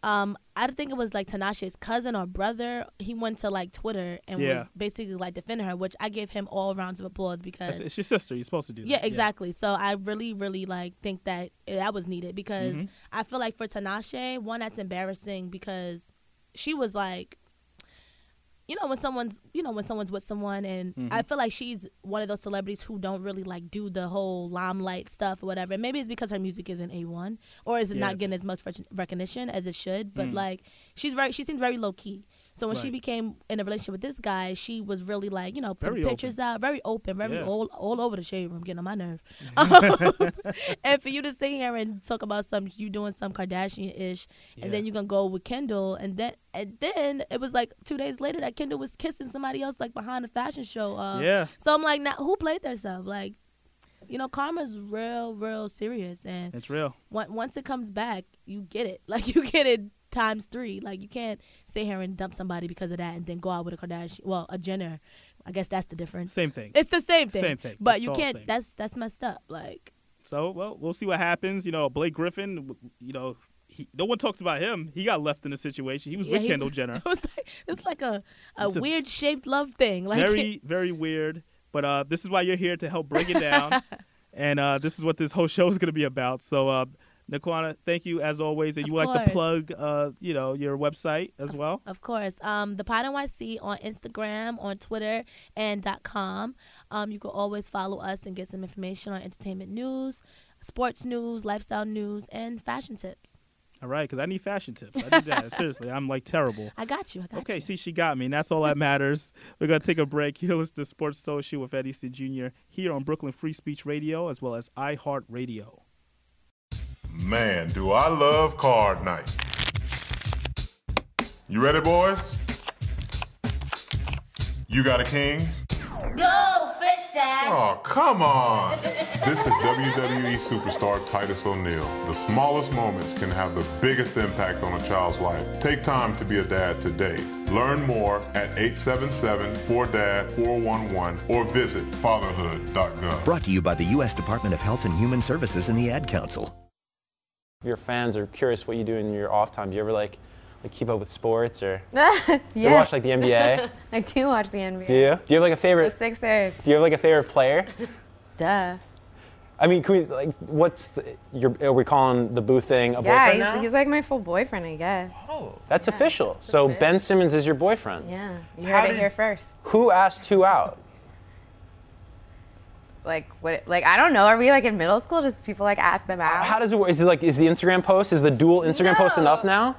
S4: um, I think it was like Tanasha's cousin or brother. He went to like Twitter and
S3: Yeah.
S4: was basically like defending her, which I gave him all rounds of applause
S3: That's-
S4: because
S3: it's your sister. You're supposed to do that.
S4: Yeah, exactly. So I really, really like think that that was needed
S3: Mm-hmm.
S4: because I feel like for Tanache, one that's embarrassing because she was like, you know, when someone's, you know, when someone's with someone, and I
S3: Mm-hmm.
S4: feel like she's one of those celebrities who don't really like do the whole limelight stuff or whatever. And maybe it's because her music isn't a one, or is it
S3: Yeah,
S4: not
S3: it's- Mm.
S4: getting as much rec- recognition as it should? But like, she's very, she seems very low key. So when she
S3: Right.
S4: became in a relationship with this guy, she was really like, you know, putting
S3: Very open.
S4: pictures out, very open, very
S3: Yeah.
S4: all all over the shade room, getting on my nerve. Um,
S3: Mm-hmm.
S4: and for you to sit here and talk about some you doing some Kardashian ish, and then
S3: Yeah.
S4: you can go with Kendall, and then and then it was like two days later that Kendall was kissing somebody else like behind a fashion show. Uh,
S3: Yeah.
S4: So I'm like, now who played themselves? Like, you know, karma's real, real serious, and
S3: It's real.
S4: on- once it comes back, you get it. Like you get it times three. Like you can't sit here and dump somebody because of that, and then go out with a Kardashian. Well, a Jenner. I guess that's the difference.
S3: Same thing.
S4: It's the same thing.
S3: Same thing.
S4: But
S3: It's
S4: you
S3: all
S4: can't.
S3: same.
S4: That's that's messed up. Like
S3: So, well, we'll see what happens. You know, Blake Griffin, w- you know, he, no one talks about him. He got left in a situation. He was
S4: yeah,
S3: with
S4: he-
S3: Kendall Jenner.
S4: It was like it's like a, a
S3: It's a-
S4: weird shaped love thing. Like
S3: very very weird but uh, this is why you're here to help break it down and uh, this is what this whole show is going to be about so uh, Naquana, thank you as always and
S4: Of
S3: you like to
S4: course.
S3: plug uh, you know your website as well
S4: Of course. Um, the Pod NYC on Instagram, on Twitter, and dot .com. Um, you can always follow us and get some information on entertainment news, sports news, lifestyle news, and fashion tips.
S3: all right because i need fashion tips i need that seriously i'm like terrible
S4: I got you. I got
S3: okay
S4: you.
S3: see she got me and that's all that matters we're going to take a break you're listening to sports social with eddie c jr here on brooklyn free speech radio as well as iheartradio
S5: Man, do I love card night. You ready, boys? You got a king?
S6: Go fish that.
S5: Oh, come on. this is WWE superstar Titus O'Neil. The smallest moments can have the biggest impact on a child's life. Take time to be a dad today. Learn more at 877-4DAD-411 or visit fatherhood.gov.
S7: Brought to you by the U.S. Department of Health and Human Services and the Ad Council.
S8: your fans are curious what you do in your off time. Do you ever like, like keep up with sports or you
S9: yeah.
S8: watch like the NBA?
S9: I do watch the NBA.
S8: do you? Do you have like a
S9: The
S8: favorite?
S9: Sixers.
S8: Do you have like a favorite player?
S9: Duh.
S8: I mean, can we like what's your? Are we calling the boo thing a
S9: Yeah,
S8: boyfriend
S9: he's,
S8: now?
S9: he's like my full boyfriend, I guess.
S8: oh, that's official. So
S9: official.
S8: Ben Simmons is your boyfriend.
S9: Yeah. You
S8: How
S9: heard it
S8: did-
S9: here first.
S8: Who asked who out?
S9: Like what? Like I don't know. Are we like in middle school? Just people like ask them out?
S8: How does it work? Is it like is the Instagram post? Is the dual Instagram post
S9: No.
S8: enough now?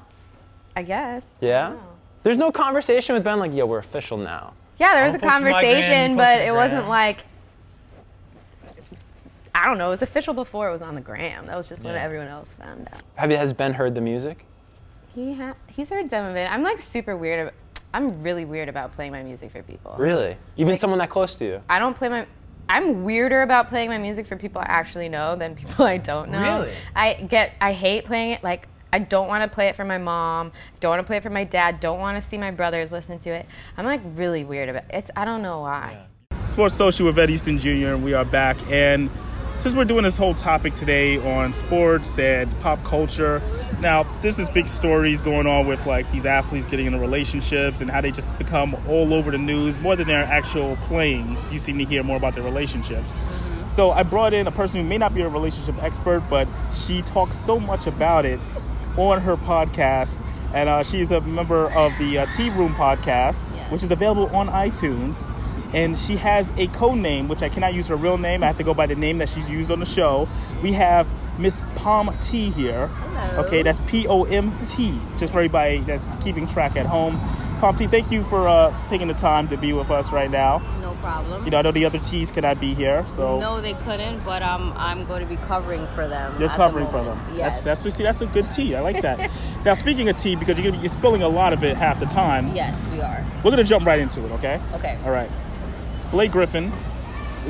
S9: I guess.
S8: Yeah. There's no conversation with Ben like, yo, we're official now.
S9: Yeah, there was a
S10: I'll post my gram,
S9: conversation,
S10: post
S9: but
S10: your
S9: it wasn't
S10: gram.
S9: like. I don't know. It was official before it was on the gram. That was just when
S8: Yeah.
S9: everyone else found out.
S8: Have you, has Ben heard the music?
S9: He ha- he's heard some of it. I'm like super weird. Ab- I'm really weird about playing my music for people.
S8: Really? You've been someone that close to you.
S9: I don't play my. I'm weirder about playing my music for people I actually know than people I don't know.
S10: Really?
S9: I get. I hate playing it. Like I don't want to play it for my mom. Don't want to play it for my dad. Don't want to see my brothers listen to it. I'm like really weird about it. It's. I don't know why.
S3: Sports Social with Ed Easton Jr. and we are back. And since we're doing this whole topic today on sports and pop culture, now there's this big stories going on with like these athletes getting into relationships and how they just become all over the news more than their actual playing. You seem to hear more about their relationships. So I brought in a person who may not be a relationship expert, but she talks so much about it on her podcast. And uh, she's a member of the uh, Tea Room podcast, which is available on iTunes. And she has a code name, which I cannot use her real name. I have to go by the name that she's used on the show. We have Miss Palm T here. Okay, that's P O M T, just for everybody that's keeping track at home. Palm T, thank you for uh, taking the time to be with us right now.
S2: No problem.
S3: You know, I know the other T's cannot be here, so
S2: no, they couldn't, but um, I'm going to be covering for them.
S3: You're
S2: at the
S3: covering for them.
S2: moment. Yes.
S3: That's that's see that's a good tea. I like that. now speaking of tea, because you're, gonna be- you're spilling a lot of it half the time,
S2: yes, we are.
S3: we're gonna jump right into it. Okay.
S2: Okay.
S3: All right. Blake Griffin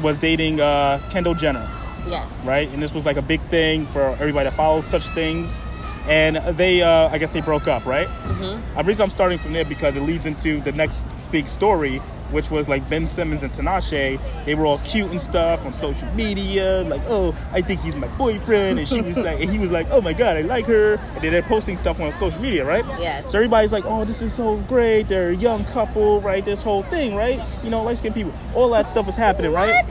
S3: was dating uh, Kendall Jenner,
S2: Yes.
S3: right? And this was like a big thing for everybody that follows such things. And they, uh, I guess, they broke up, right? Mm-hmm. The reason I'm starting from there because it leads into the next big story, which was like Ben Simmons and Tinashe. They were all cute and stuff on social media, like, "Oh, I think he's my boyfriend," and she was like, and he was like, "Oh my god, I like her." And then they're posting stuff on social media, right?
S2: Yes.
S3: So everybody's like, "Oh, this is so great. They're a young couple, right? This whole thing, right? You know, light skinned people. All that stuff was happening, right?"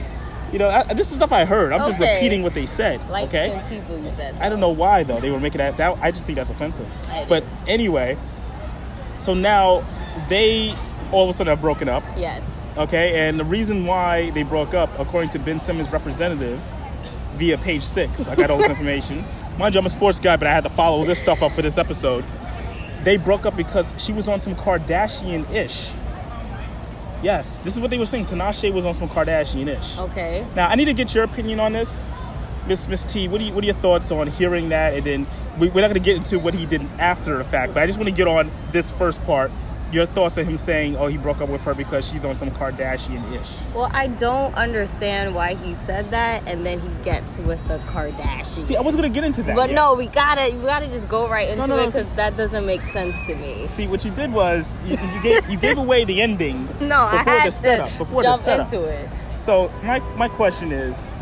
S3: You know, I, this is stuff I heard. I'm just
S2: Okay.
S3: repeating what they said.
S2: Like
S3: okay.
S2: some people you said.
S3: I don't know why though they were making that. that I just think that's offensive.
S2: It
S3: but
S2: is.
S3: anyway, so now they all of a sudden have broken up.
S2: Yes.
S3: Okay, and the reason why they broke up, according to Ben Simmons' representative, via Page Six, I got all this information. Mind you, I'm a sports guy, but I had to follow this stuff up for this episode. They broke up because she was on some Kardashian-ish. Yes, this is what they were saying. Tinashe was on some Kardashian-ish.
S2: Okay.
S3: Now I need to get your opinion on this, Miss Miss T. What are you, what are your thoughts on hearing that? And then we, we're not going to get into what he did after the fact, but I just want to get on this first part. Your thoughts on him saying, "Oh, he broke up with her because she's on some Kardashian-ish."
S2: Well, I don't understand why he said that, and then he gets with the Kardashian.
S3: See, I was going to get into that,
S2: but
S3: yeah.
S2: no, we gotta, we gotta just go right into
S3: no,
S2: it
S3: no, see-
S2: because that doesn't make sense to me.
S3: See, what you did was you, you gave you gave away the ending.
S2: No, I
S3: before
S2: had
S3: the
S2: to
S3: setup, before the
S2: jump
S3: setup.
S2: into it.
S3: So my my question is,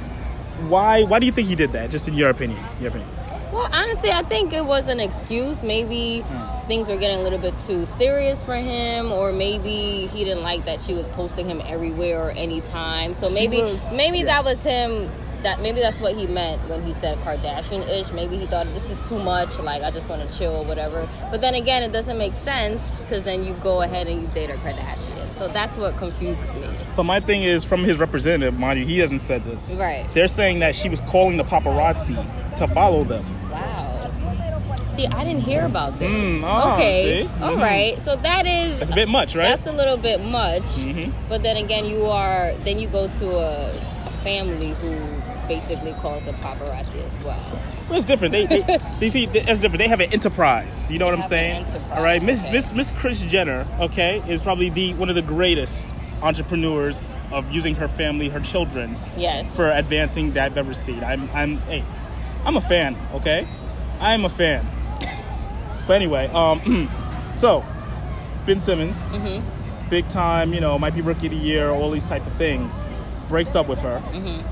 S3: why why do you think he did that? Just in your opinion, your opinion.
S2: Well, honestly, I think it was an excuse. Maybe
S3: Hmm.
S2: things were getting a little bit too serious for him, or maybe he didn't like that she was posting him everywhere or anytime. So maybe,
S3: was-
S2: maybe
S3: yeah.
S2: that was him. That maybe that's what he meant when he said Kardashian-ish. Maybe he thought this is too much. Like I just want to chill or whatever. But then again, it doesn't make sense because then you go ahead and you date a Kardashian. So that's what confuses me.
S3: But my thing is, from his representative, mind you, he hasn't said this.
S2: Right.
S3: They're saying that she was calling the paparazzi to follow them.
S2: Wow. See, I didn't hear about this.
S3: ah,
S2: okay.
S3: see?
S2: All
S3: Mhm.
S2: right. So that is
S3: That's a bit much, right? Mm-hmm.
S2: That's a little bit much. But then again, you are then you go to a, a family who basically calls a paparazzi as well.
S3: Well, it's different. They, they, they see that's different. They have an enterprise. You know what I'm saying? All right, Miss Miss Miss Chris Jenner. Okay, is probably the one of the greatest entrepreneurs of using her family, her children,
S9: Yes.
S3: for advancing that I've ever seen. I'm I'm hey, I'm a fan. Okay, I'm a fan. but anyway, um, so Ben Simmons, big time. You know, might be rookie of the year, all these type of things. Breaks up with her.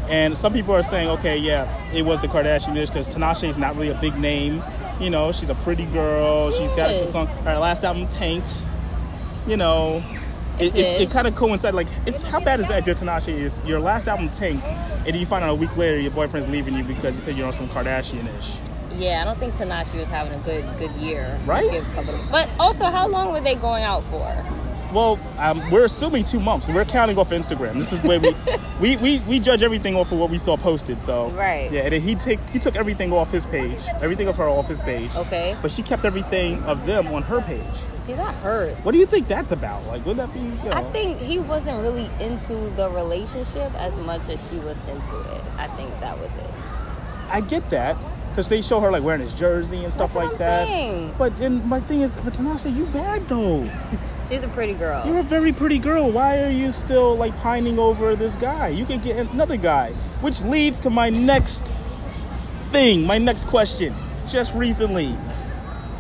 S3: And some people are saying, okay, yeah, it was the Kardashian dish because Tinashe is not really a big name. You know, she's a pretty girl. She has got the
S9: is.
S3: song. Her last album, Taint. You know, it, it's,
S9: did.
S3: it kind of coincided. Like, it's how bad is that if you're Tinashe? If your last album tanked, and then you find out a week later your boyfriend's leaving you because you said you're on some Kardashian ish.
S9: Yeah, I don't think Tanashi was having a good good year.
S3: Right?
S9: Give a couple of- But also, how long were they going out for?
S3: Well, um, we're assuming two months. We're counting off Instagram. This is where we, we, we, we judge everything off of what we saw posted. So
S9: Right.
S3: Yeah, and then he take he took everything off his page, everything of her off his page.
S9: Okay.
S3: But she kept everything of them on her page.
S9: See, that hurt.
S3: What do you think that's about? Like, would that be? You know,
S9: I think he wasn't really into the relationship as much as she was into it. I think that was it.
S3: I get that because they show her like wearing his jersey and stuff like
S9: That's what I'm
S3: that.
S9: saying.
S3: But then my thing is, but Tanasha, you bad though.
S9: She's a pretty girl.
S3: You're a very pretty girl. Why are you still like pining over this guy? You could get another guy. Which leads to my next thing, my next question. Just recently,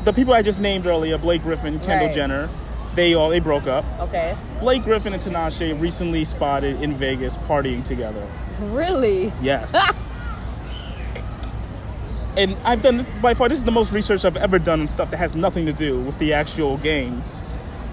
S3: the people I just named earlier, Blake Griffin, Kendall
S9: Right.
S3: Jenner, they all they broke up.
S9: Okay.
S3: Blake Griffin and Tinashe recently spotted in Vegas partying together.
S9: Really?
S3: Yes. and I've done this by far. This is the most research I've ever done on stuff that has nothing to do with the actual game.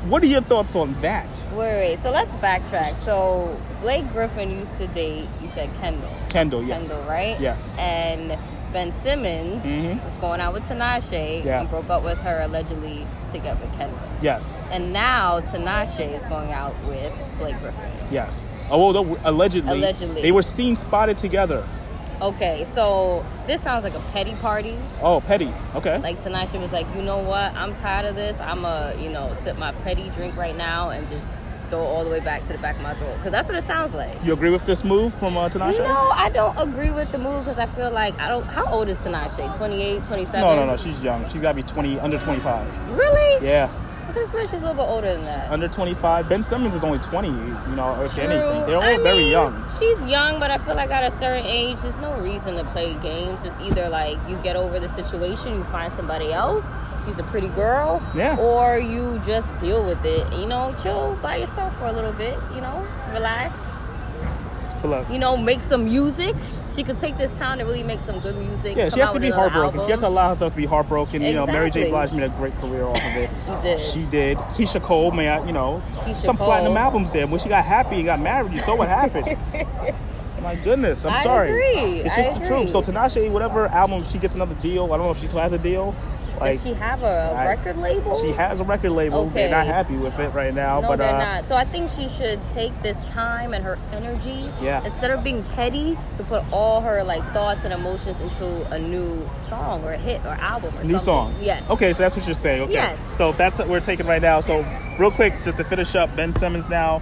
S3: What are your thoughts on that,
S9: Wait, wait. So let's backtrack. So Blake Griffin used to date, you said Kendall.
S3: Kendall? Yes.
S9: Kendall, right?
S3: Yes. Mm-hmm.
S9: And Ben Simmons was going out with Tinashe
S3: Yes.
S9: and broke up with her allegedly to get with Kendall.
S3: Yes.
S9: And now Tinashe is going out with Blake Griffin.
S3: Yes. Oh, well, though, allegedly,
S9: Allegedly.
S3: they were seen spotted together.
S9: Okay, so this sounds like a petty party.
S3: Oh, petty. Okay.
S9: Like Tinashe was like, you know what? I'm tired of this. I'm a you know sip my petty drink right now and just throw it all the way back to the back of my throat because that's what it sounds like.
S3: you agree with this move from uh, Tinashe?
S9: No, I don't agree with the move because I feel like I don't. How old is Tinashe? 28, 27?
S3: No, no, no. She's young. She's got to be twenty, under twenty-five.
S9: Really?
S3: Yeah,
S9: I could swear she's a little bit older than that.
S3: under twenty-five. Ben Simmons is only twenty. You know, if anything,
S9: True.
S3: they're all
S9: I
S3: very
S9: mean,
S3: young.
S9: She's young, but I feel like at a certain age, there's no reason to play games. It's either like you get over the situation, you find somebody else. She's a pretty girl,
S3: Yeah.
S9: or you just deal with it. You know, chill by yourself for a little bit. You know, relax.
S3: But look,
S9: You know, make some music. She could take this town and really make some good music.
S3: yeah, she has
S9: come out
S3: to
S9: with
S3: be
S9: another
S3: heartbroken. She has to
S9: album.
S3: allow herself to be heartbroken. You know, Mary J. Blige
S9: Exactly.
S3: made a great career off of it.
S9: She did.
S3: She did. Keisha Cole, may I, you know,
S9: Keisha
S3: some platinum
S9: Cole.
S3: albums there. When she got happy and got married, you saw what happened. My goodness, I'm
S9: I
S3: sorry.
S9: agree.
S3: It's
S9: I
S3: just the
S9: agree.
S3: truth. So Tinashe, whatever album she gets another deal, I don't know if she still has a deal. Like
S9: Does she have a
S3: I-
S9: record label?
S3: she has a record label. They're
S9: Okay.
S3: not happy with it right now.
S9: No,
S3: but
S9: they're
S3: uh,
S9: not. So I think she should take this time and her energy,
S3: Yeah.
S9: instead of being petty, to put all her like thoughts and emotions into a new song or a hit or album or
S3: New
S9: something.
S3: song.
S9: Yes.
S3: Okay, so that's what you're saying. Okay.
S9: Yes.
S3: So that's what we're taking right now. So real quick, just to finish up, Ben Simmons now.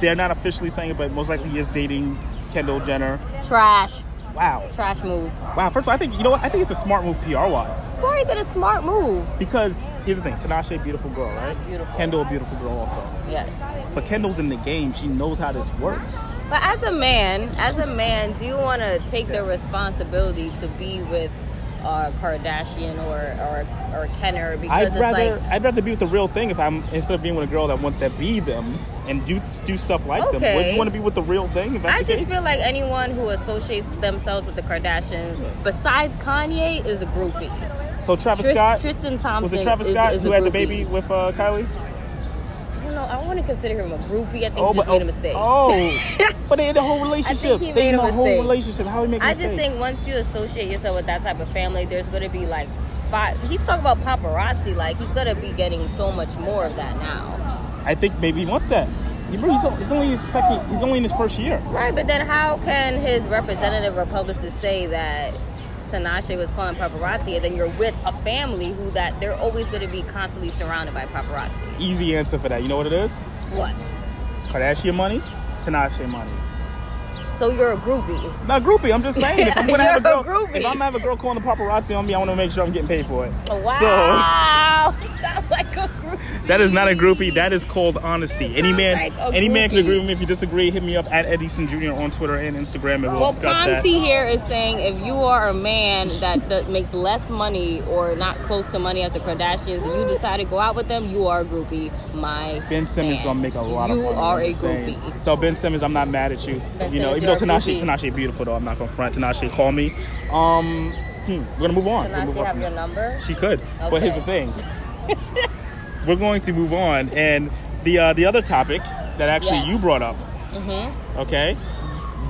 S3: They're not officially saying it, but most likely he is dating Kendall Jenner.
S9: Trash.
S3: Wow.
S9: Trash move.
S3: Wow. First of all, I think you know what? I think it's a smart move PR wise.
S9: Corey did a smart move.
S3: Because here's the thing, Tinashe, beautiful girl, right?
S9: Beautiful.
S3: Kendall, beautiful girl also.
S9: Yes.
S3: But Kendall's in the game. She knows how this works.
S9: But as a man, as a man, do you want to take the responsibility to be with a Kardashian or or or Kenner? Because
S3: I'd
S9: it's
S3: rather
S9: like
S3: I'd rather be with the real thing if I'm instead of being with a girl that wants to be them and do do stuff like them. Would
S9: Okay.
S3: you want to be with the real thing? If that's
S9: I
S3: the
S9: just
S3: case?
S9: feel like anyone who associates themselves with the Kardashians, besides Kanye, is a groupie.
S3: so. Travis
S9: Tris-
S3: Scott
S9: Tristan Thompson.
S3: was it Travis
S9: is-
S3: Scott
S9: is a
S3: who had the
S9: groupie.
S3: baby with uh, Kylie?
S9: You know, I don't want to consider him a groupie. I think he just made a mistake.
S3: oh, but they had the whole relationship. they
S9: he made
S3: in
S9: a
S3: the whole
S9: mistake.
S3: relationship. How he make a
S9: I
S3: mistake?
S9: just think once you associate yourself with that type of family, there's going to be like five. He's talking about paparazzi. Like he's going to be getting so much more of that now.
S3: I think maybe he wants that. He- bro, He's, o- he's only his second. He's only in his first year.
S9: Right, but then how can his representative or publicist say that Tinashe was calling paparazzi, and then you're with a family who that they're always going to be constantly surrounded by paparazzi?
S3: Easy answer for that. You know what it is?
S9: What?
S3: Kardashian money, Tinashe money.
S2: So you're a groupie.
S3: Not groupie. I'm just saying. If I'm gonna have a
S2: You're a
S3: girl,
S2: groupie.
S3: if I'm gonna have a girl calling the paparazzi on me, I want to make sure I'm getting paid for it.
S2: Wow. Sound like a groupie.
S3: So that is not a groupie. That is called honesty. Any man,
S2: Sounds like a
S3: any man can
S2: groupie.
S3: agree with me. If you disagree, hit me up at Edison Jr. on Twitter and Instagram, and we'll
S2: Well,
S3: discuss that.
S2: Ponty here is saying if you are a man that, that makes less money or not close to money as the Kardashians, and you decide to go out with them, you are a groupie. My
S3: Ben Simmons
S2: man.
S3: gonna make a lot
S2: you
S3: of money.
S2: are
S3: I'm
S2: a
S3: just saying.
S2: groupie.
S3: So Ben Simmons, I'm not mad at you.
S2: Ben
S3: you know,
S2: Simmons,
S3: even though
S2: you're a groupie.
S3: Tanashi Tanashi beautiful though, I'm not gonna front. Tanashi, call me. Um, hmm, we're gonna move on. We're gonna move
S2: Tanashi
S3: on
S2: have
S3: from
S2: your
S3: that.
S2: number?
S3: She could. But here's the thing. We're going to move on, and the uh, the other topic that actually
S2: Yes.
S3: you brought up.
S2: Mm-hmm.
S3: Okay,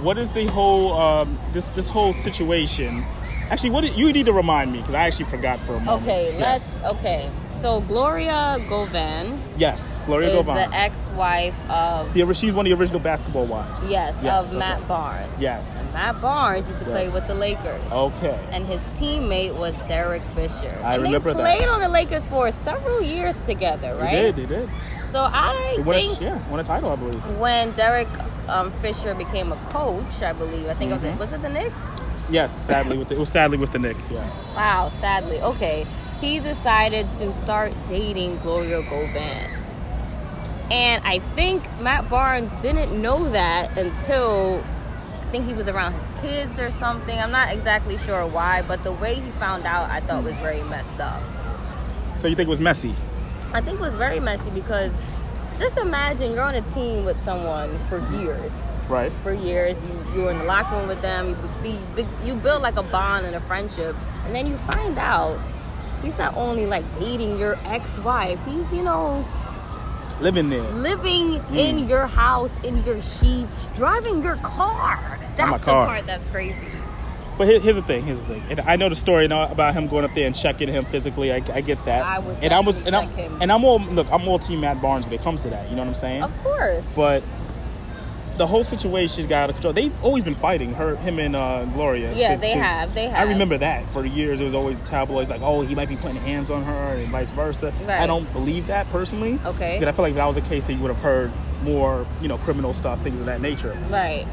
S3: what is the whole um, this this whole situation? Actually, what you need to remind me because I actually forgot for a moment.
S2: Okay,
S3: Yes.
S2: let's. Okay, so Gloria Govan
S3: Yes, Gloria
S2: is
S3: Govan.
S2: the ex-wife of
S3: The, she's one of the original basketball wives.
S2: yes, of
S3: okay.
S2: Matt Barnes.
S3: Yes.
S2: Matt Barnes used to play
S3: Yes.
S2: with the Lakers.
S3: Okay.
S2: and his teammate was Derek Fisher.
S3: I
S2: and
S3: remember
S2: they
S3: that.
S2: played on the Lakers for several years together, right?
S3: They did. They did.
S2: So I
S3: They
S2: think
S3: won a, yeah, won a title, I believe.
S2: when Derek um, Fisher became a coach, I believe, I think
S3: Mm-hmm.
S2: of the, was it the Knicks?
S3: Yes, sadly with the, it was sadly with the Knicks. Yeah.
S2: Wow, sadly. Okay. He decided to start dating Gloria Govan. And I think Matt Barnes didn't know that until I think he was around his kids or something. I'm not exactly sure why, but the way he found out I thought was very messed up.
S3: So you think it was messy?
S2: I think it was very messy because just imagine you're on a team with someone for years.
S3: Right.
S2: For years, you, you were in the locker room with them. You be, be, you build like a bond and a friendship, and then you find out he's not only like dating your ex-wife. He's you know
S3: Living there.
S2: living
S3: Hmm,
S2: in your house, in your sheets, driving your car. That's the
S3: car.
S2: part that's crazy.
S3: But here, here's the thing. Here's the thing. And I know the story now about him going up there and checking him physically. I, I get that.
S2: I would
S3: and I was and
S2: definitely check
S3: I'm,
S2: him.
S3: and I'm all look. I'm all team Matt Barnes when it comes to that. You know what I'm saying?
S2: Of course.
S3: But the whole situation got out of control. They've always been fighting her, him, and uh, Gloria.
S2: Yeah,
S3: since-
S2: they
S3: 'cause
S2: have, they
S3: I
S2: have.
S3: remember that for years. It was always tabloids like, "Oh, he might be putting hands on her," and vice versa.
S2: Right.
S3: I don't believe that personally.
S2: Okay.
S3: Because I feel like if that was a case that you would have heard more, you know, criminal stuff, things of that nature.
S2: right.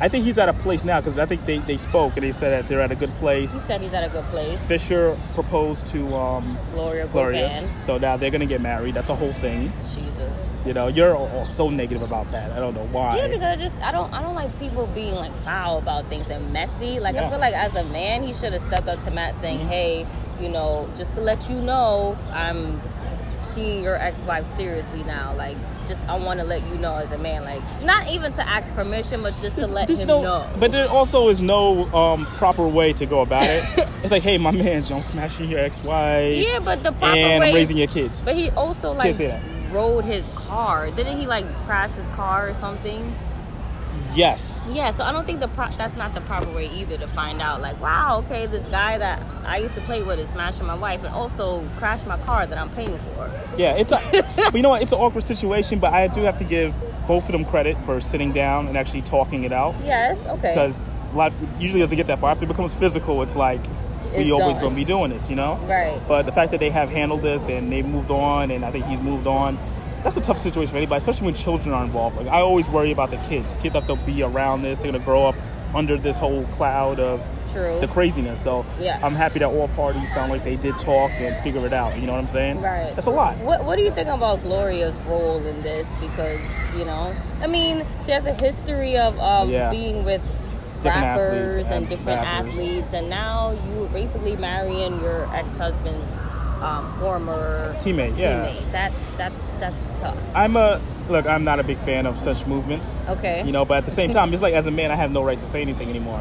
S3: I think he's at a place now because I think they, they spoke and they said that they're at a good place.
S2: He said he's at a good place.
S3: Fisher proposed to um,
S2: Gloria
S3: Gloria,
S2: Govan.
S3: so now they're gonna get married. That's a whole thing.
S2: Jesus.
S3: You know, you're all, all so negative about that. I don't know why.
S2: Yeah, because I just I don't I don't like people being like foul about things and messy. Like
S3: Yeah. Mm-hmm.
S2: I feel like as a man, he should have stepped up to Matt saying, "Hey, you know, just to let you know, I'm seeing your ex-wife seriously now. Like, just I want to let you know as a man, like not even to ask permission, but just to let him
S3: no,
S2: know."
S3: But there also is no um, proper way to go about it. it's like, hey, my man's don't smashing your ex-wife.
S2: yeah, but the proper
S3: and
S2: way is-
S3: I'm raising your kids.
S2: But he also like
S3: say that.
S2: rode his car. Didn't he like crash his car or something?
S3: Yes.
S2: Yeah, so I don't think the pro- that's not the proper way either to find out. Like, wow, okay, this guy that I used to play with is smashing my wife and also crashed my car that I'm paying for.
S3: Yeah, it's a, but you know what? It's an awkward situation, but I do have to give both of them credit for sitting down and actually talking it out.
S2: Yes, okay.
S3: Because a lot usually doesn't get that far. After it becomes physical, it's like we
S2: It's
S3: always
S2: done.
S3: gonna be doing this, you know?
S2: Right.
S3: But the fact that they have handled this and they moved on, and I think he's moved on. That's a tough situation for anybody, especially when children are involved. Like I always worry about the kids. Kids have to be around this. They're gonna grow up under this whole cloud of
S2: True.
S3: the craziness. So
S2: Yeah.
S3: I'm happy that all parties sound like they did talk and figure it out. You know what I'm saying?
S2: Right.
S3: That's a lot.
S2: What What do you think about Gloria's role in this? Because you know, I mean, she has a history of um,
S3: Yeah.
S2: being with
S3: Different
S2: rappers
S3: athletes
S2: and
S3: and
S2: different
S3: rappers.
S2: athletes, and now you basically marrying your ex husband's um, former
S3: Teammate, yeah.
S2: Teammate. That's that's that's tough.
S3: I'm a look. I'm not a big fan of such movements.
S2: Okay.
S3: You know, but at the same time, just like as a man, I have no rights to say anything anymore.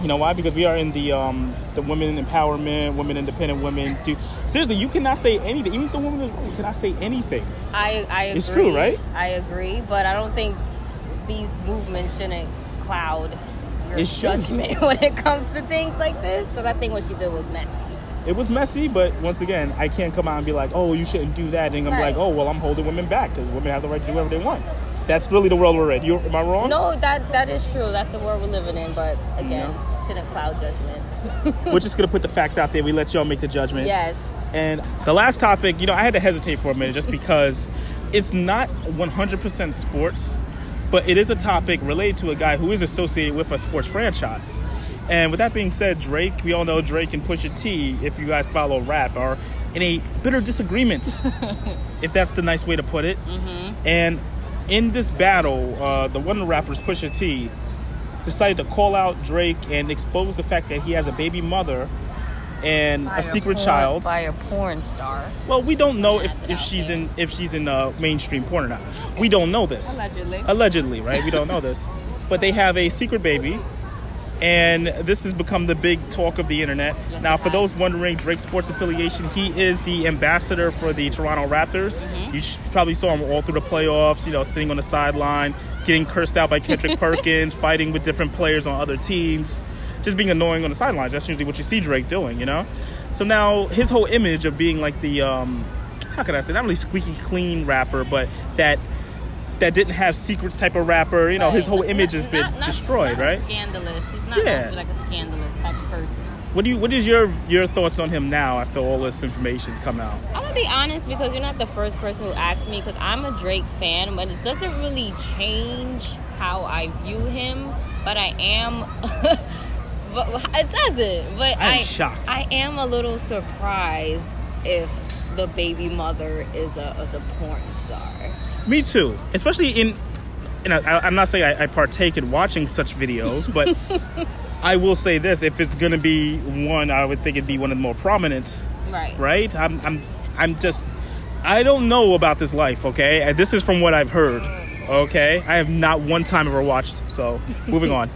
S3: You know why? Because we are in the um, the women empowerment, women independent women. Do seriously, you cannot say anything. Even if the woman is wrong, you cannot say anything.
S2: I, I agree.
S3: It's true, right?
S2: I agree, but I don't think these movements shouldn't cloud your
S3: It shouldn't.
S2: judgment when it comes to things like this because I think what she did was messy.
S3: It was messy, but once again, I can't come out and be like, "Oh, you shouldn't do that," and I'm
S2: Right.
S3: like, "Oh, well, I'm holding women back because women have the right to do whatever they want." That's really the world we're in. You, am I wrong?
S2: No, Oh, that that is true. That's the world we're living in, but again, shouldn't cloud judgment.
S3: We're just gonna put the facts out there. We let y'all make the judgment.
S2: yes.
S3: And the last topic, you know, I had to hesitate for a minute just because it's not 100% sports, but it is a topic related to a guy who is associated with a sports franchise. And with that being said, Drake, we all know Drake and Pusha T, if you guys follow rap, are in a bitter disagreement, if that's the nice way to put it. And in this battle, uh, the one rappers, Pusha T, decided to call out Drake and expose the fact that he has a baby mother and a secret child.
S10: by a porn star.
S3: Well, we don't know if, if she's in if she's in uh, mainstream porn or not. We don't know this.
S10: Allegedly.
S3: Allegedly, right? We don't know this. But they have a secret baby, and this has become the big talk of the internet.
S10: Yes,
S3: now,
S10: it
S3: for those wondering, Drake's sports affiliation, he is the ambassador for the Toronto Raptors.
S2: Mm-hmm.
S3: You sh- probably saw him all through the playoffs. You know, sitting on the sideline, getting cursed out by Kendrick Perkins, fighting with different players on other teams just being annoying on the sidelines. That's usually what you see Drake doing, you know. So now his whole image of being like the um, how could I say not really squeaky clean rapper, but that that didn't have secrets type of rapper. You know, his whole image has been destroyed,
S2: Not
S3: right?
S2: Scandalous. He's not
S3: Yeah.
S2: supposed to be like a scandalous type of person.
S3: What do you what is your your thoughts on him now after all this information's come out?
S2: I'm gonna be honest because you're not the first person who asked me because I'm a Drake fan, but it doesn't really change how I view him. But I am, but it doesn't. But
S3: I am
S2: I-
S3: shocked.
S2: I am a little surprised if the baby mother is a is a porn star.
S3: Me too, especially in. And I, I'm not saying I, I partake in watching such videos, but I will say this: if it's going to be one, I would think it'd be one of the more prominent
S2: Right.
S3: right? I'm, I'm, I'm just, I don't know about this life, okay? And This is from what I've heard, okay? I have not one time ever watched, so moving on.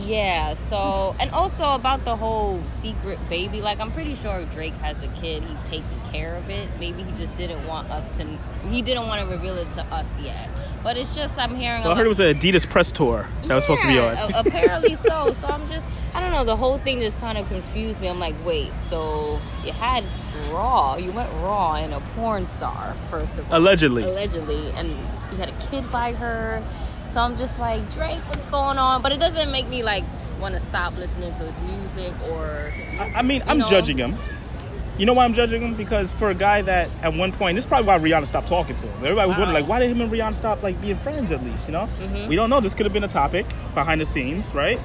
S2: Yeah, so and also about the whole secret Oh, baby, like I'm pretty sure Drake has a kid, he's taking care of it. Maybe he just didn't want us to he didn't want to reveal it to us yet. But it's just I'm hearing
S3: Well, I
S2: a
S3: heard it was an Adidas press tour that was supposed to be
S2: Yeah,
S3: on.
S2: a- apparently so. So I'm just I don't know, the whole thing just kind of confused me. I'm like, "Wait, so you had raw, you went raw in a porn star first of all.
S3: Allegedly.
S2: Allegedly and you had a kid by her. So I'm just like, "Drake, what's going on?" But it doesn't make me like want to stop listening to his music or
S3: I mean, I'm
S2: know.
S3: judging him. You know why I'm judging him? Because for a guy that at one point, this is probably why Rihanna stopped talking to him. Everybody was
S2: Uh-huh.
S3: wondering, like, why did him and Rihanna stop like being friends at least? You know,
S2: Mm-hmm.
S10: Mhm.
S3: we don't know. This could have been a topic behind the scenes, right?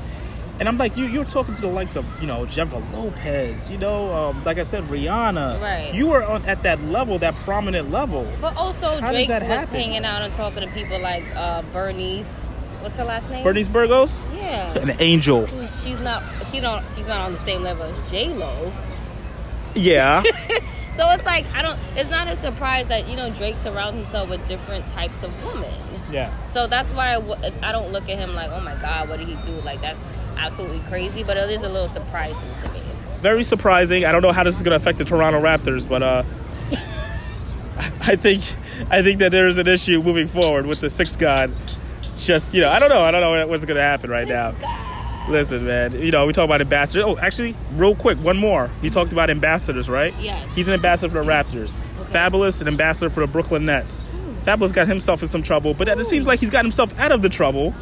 S3: And I'm like, you you're talking to the likes of you know Jennifer Lopez, you know, um, like I said, Rihanna.
S2: Right.
S3: You were on, at that level, that prominent level.
S2: But also,
S3: How does
S2: Drake
S3: that
S2: was
S3: happen?
S2: hanging out and talking to people like uh, Bernice. What's her last name?
S3: Bernice Burgos,
S2: Yeah.
S3: an angel.
S2: Who- She's not. She don't. She's not on the same level as J Lo.
S3: Yeah.
S2: So it's like I don't. It's not a surprise that you know Drake surrounds himself with different types of women.
S3: yeah.
S2: So that's why I, w- I don't look at him like, oh my God, what did he do? Like that's absolutely crazy. But it is a little surprising to me.
S3: very surprising. I don't know how this is going to affect the Toronto Raptors, but uh, I think I think that there is an issue moving forward with the six god. Just you know, I don't know. I don't know what's going to happen right now. Listen, man. You know, we talk about ambassadors. Oh, actually, real quick, one more. You talked about ambassadors, right?
S10: Yes.
S3: He's an ambassador for the Raptors. Fabulous, an ambassador for the Brooklyn Nets. Fabulous got himself in some trouble, but it seems like he's got himself out of the trouble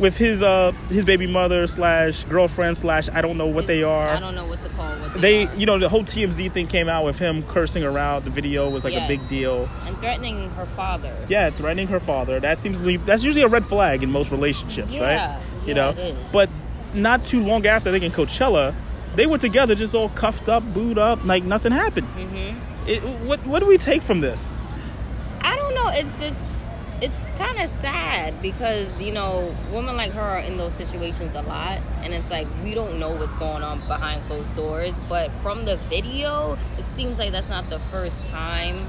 S3: with his uh his baby mother slash girlfriend slash I don't know what they are
S2: I don't know what to call what they,
S3: they
S2: are.
S3: you know the whole TMZ thing came out with him cursing her out. The video was like a
S2: Yes.
S3: big deal.
S2: and threatening her father.
S3: Yeah, threatening her father. That seems to be- that's usually a red flag in most relationships,
S2: Yeah,
S3: right?
S2: yeah,
S3: You know.
S2: it is.
S3: But not too long after, I think in Coachella, they were together, just all cuffed up, booed up, like nothing happened.
S2: Mm-hmm.
S3: It, what what do we take from this?
S2: I don't know. It's it's it's kind of sad because you know women like her are in those situations a lot, and it's like we don't know what's going on behind closed doors. But from the video, it seems like that's not the first time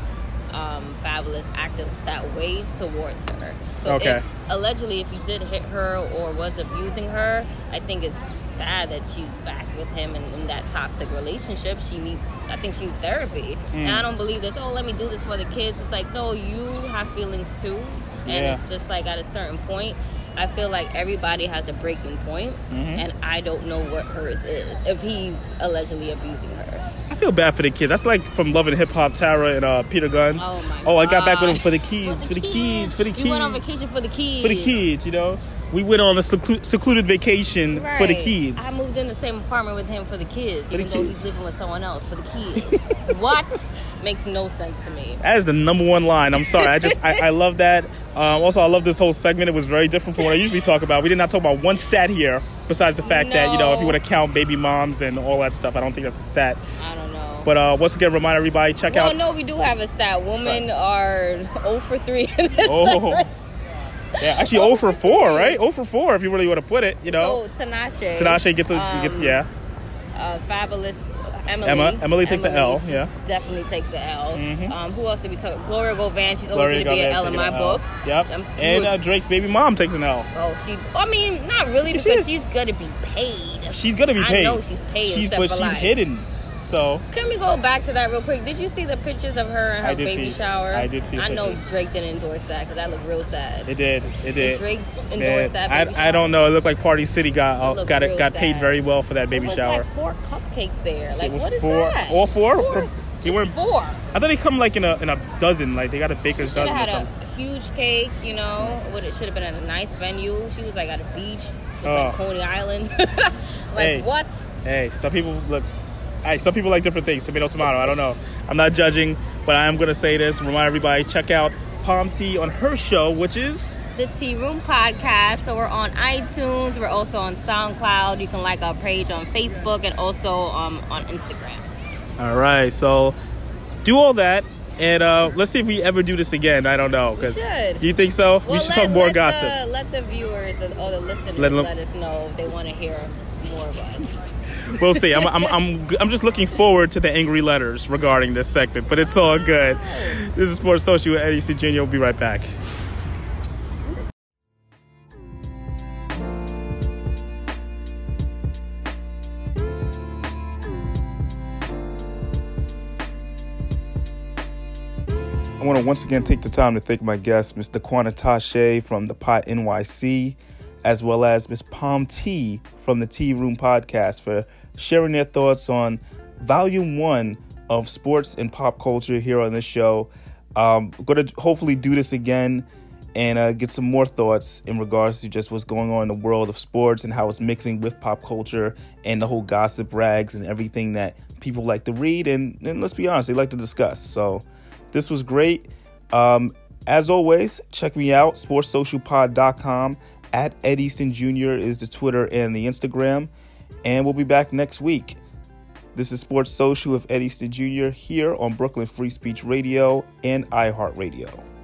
S2: um, Fabulous acted that way towards her. So if-
S3: Okay.
S2: allegedly, if he did hit her or was abusing her, I think it's sad that she's back with him and in that toxic relationship. She needs, I think she needs therapy. And I
S10: Mm.
S2: don't believe this, oh, let me do this for the kids. It's like, no, you have feelings too. And
S10: Yeah.
S2: it's just like at a certain point, I feel like everybody has a breaking point,
S3: Mhm.
S2: and I don't know what hers is if he's allegedly abusing her.
S3: I feel bad for the kids. That's like from Love and Hip Hop, Tara and uh, Peter Guns.
S2: Oh my
S3: I got back with
S2: God.
S3: him for the kids, for the kids, for the
S2: We went on
S3: kids,
S2: vacation for the kids.
S3: for the kids. You know, we went on a seclu- secluded vacation for the
S2: Right.
S3: kids.
S2: I moved in the same apartment with him for the kids,
S3: For the
S2: even though
S3: kids.
S2: he's living with someone else for the kids. what makes no sense to me?
S3: That is the number one line. I'm sorry. I just I, I love that. Um, also, I love this whole segment. It was very different from what I usually talk about. We did not talk about one stat here, besides the fact that you know if you
S2: No.
S3: want to count baby moms and all that stuff, I don't think that's a stat.
S2: I don't know.
S3: But uh, once again, remind everybody check
S2: well,
S3: out.
S2: no, we do have a stat. Women are 0 for 3 in this.
S3: Oh, yeah, actually, 0 for 4, right? 0 for 4, if you really want to put it. You know,
S2: So, Tinashe.
S3: Tinashe gets a gets
S2: um,
S3: yeah.
S2: Oh, uh, fabulous Emily.
S3: Emma- Emily takes a L,
S2: she
S3: yeah.
S2: definitely takes a L.
S3: Mhm.
S2: Um, who else did we talk? Gloria Govan. She's
S3: Gloria
S2: always going to be an
S3: Gomez
S2: L in
S3: taking
S2: my
S3: an L.
S2: book.
S3: Yep.
S2: I'm
S3: And
S2: screwed.
S3: uh, Drake's baby mom takes an L.
S2: Oh, she. I mean, not really
S3: She
S2: because
S3: is-
S2: she's gonna be paid.
S3: She's gonna be paid.
S2: I know she's paid,
S3: She's,
S2: except
S3: but
S2: for
S3: she's
S2: life.
S3: hidden. So
S2: Can we go back to that real quick? Did you see the pictures of her and
S3: I
S2: her
S3: did
S2: baby
S3: see-
S2: shower?
S3: I did see
S2: I know
S3: pictures.
S2: Drake didn't endorse that because that looked real sad.
S3: it did.
S2: Did
S3: It did.
S2: Drake endorse
S3: Man,
S2: that baby
S3: I, I don't
S2: shower?
S3: know. It looked like Party City got
S2: It
S3: uh,
S2: looked
S3: got it
S2: real
S3: got paid
S2: sad.
S3: very well for that baby
S2: It was
S3: shower.
S2: Like four cupcakes there. Like
S3: it was
S2: what is
S3: four,
S2: that?
S3: all four.
S2: Four.
S3: From- you were.
S2: It's four.
S3: I thought they come like in a in a dozen. Like they got a baker's
S2: Should
S3: dozen or
S2: have had
S3: something.
S2: a huge cake, you know. What it should have been at a nice venue. She was like at a beach, looked
S3: Oh.
S2: like Coney Island. like
S3: Hey.
S2: what?
S3: Hey, some people look. Hey, some people like different things. Tomato, tomato. I don't know. I'm not judging, but I am gonna say this. Remind everybody, check out Palm Tea on her show, which is
S2: The Tea Room Podcast. So we're on iTunes. We're also on SoundCloud. You can like our page on Facebook and also um, on Instagram.
S3: all right. So do all that, and uh, let's see if we ever do this again. I don't know. Cause
S2: should.
S3: you think so? we
S2: Well,
S3: should
S2: let-
S3: talk more
S2: let
S3: gossip.
S2: The, let the viewers the, or the listeners
S3: Let
S2: let,
S3: them-
S2: us know if they want to hear more of us.
S3: We'll see. I'm, I'm, I'm, I'm just looking forward to the angry letters regarding this segment, but it's all good. This is Sports Social with Eddie C. Jr. We'll be right back. I want to once again take the time to thank my guest, Mr. Quantatashe from the Pot NYC, as well as Miss Palm T from the Tea Room Podcast for sharing their thoughts on Volume One of sports and pop culture here on this show. Um, going to hopefully do this again and uh, get some more thoughts in regards to just what's going on in the world of sports and how it's mixing with pop culture and the whole gossip rags and everything that people like to read and, and let's be honest, they like to discuss. So this was great. Um, as always, check me out, sportssocialpod.com. At Ed Easton Jr. is the Twitter and the Instagram. And we'll be back next week. This is Sports Social with Ed Easton Jr. here on Brooklyn Free Speech Radio and iHeartRadio.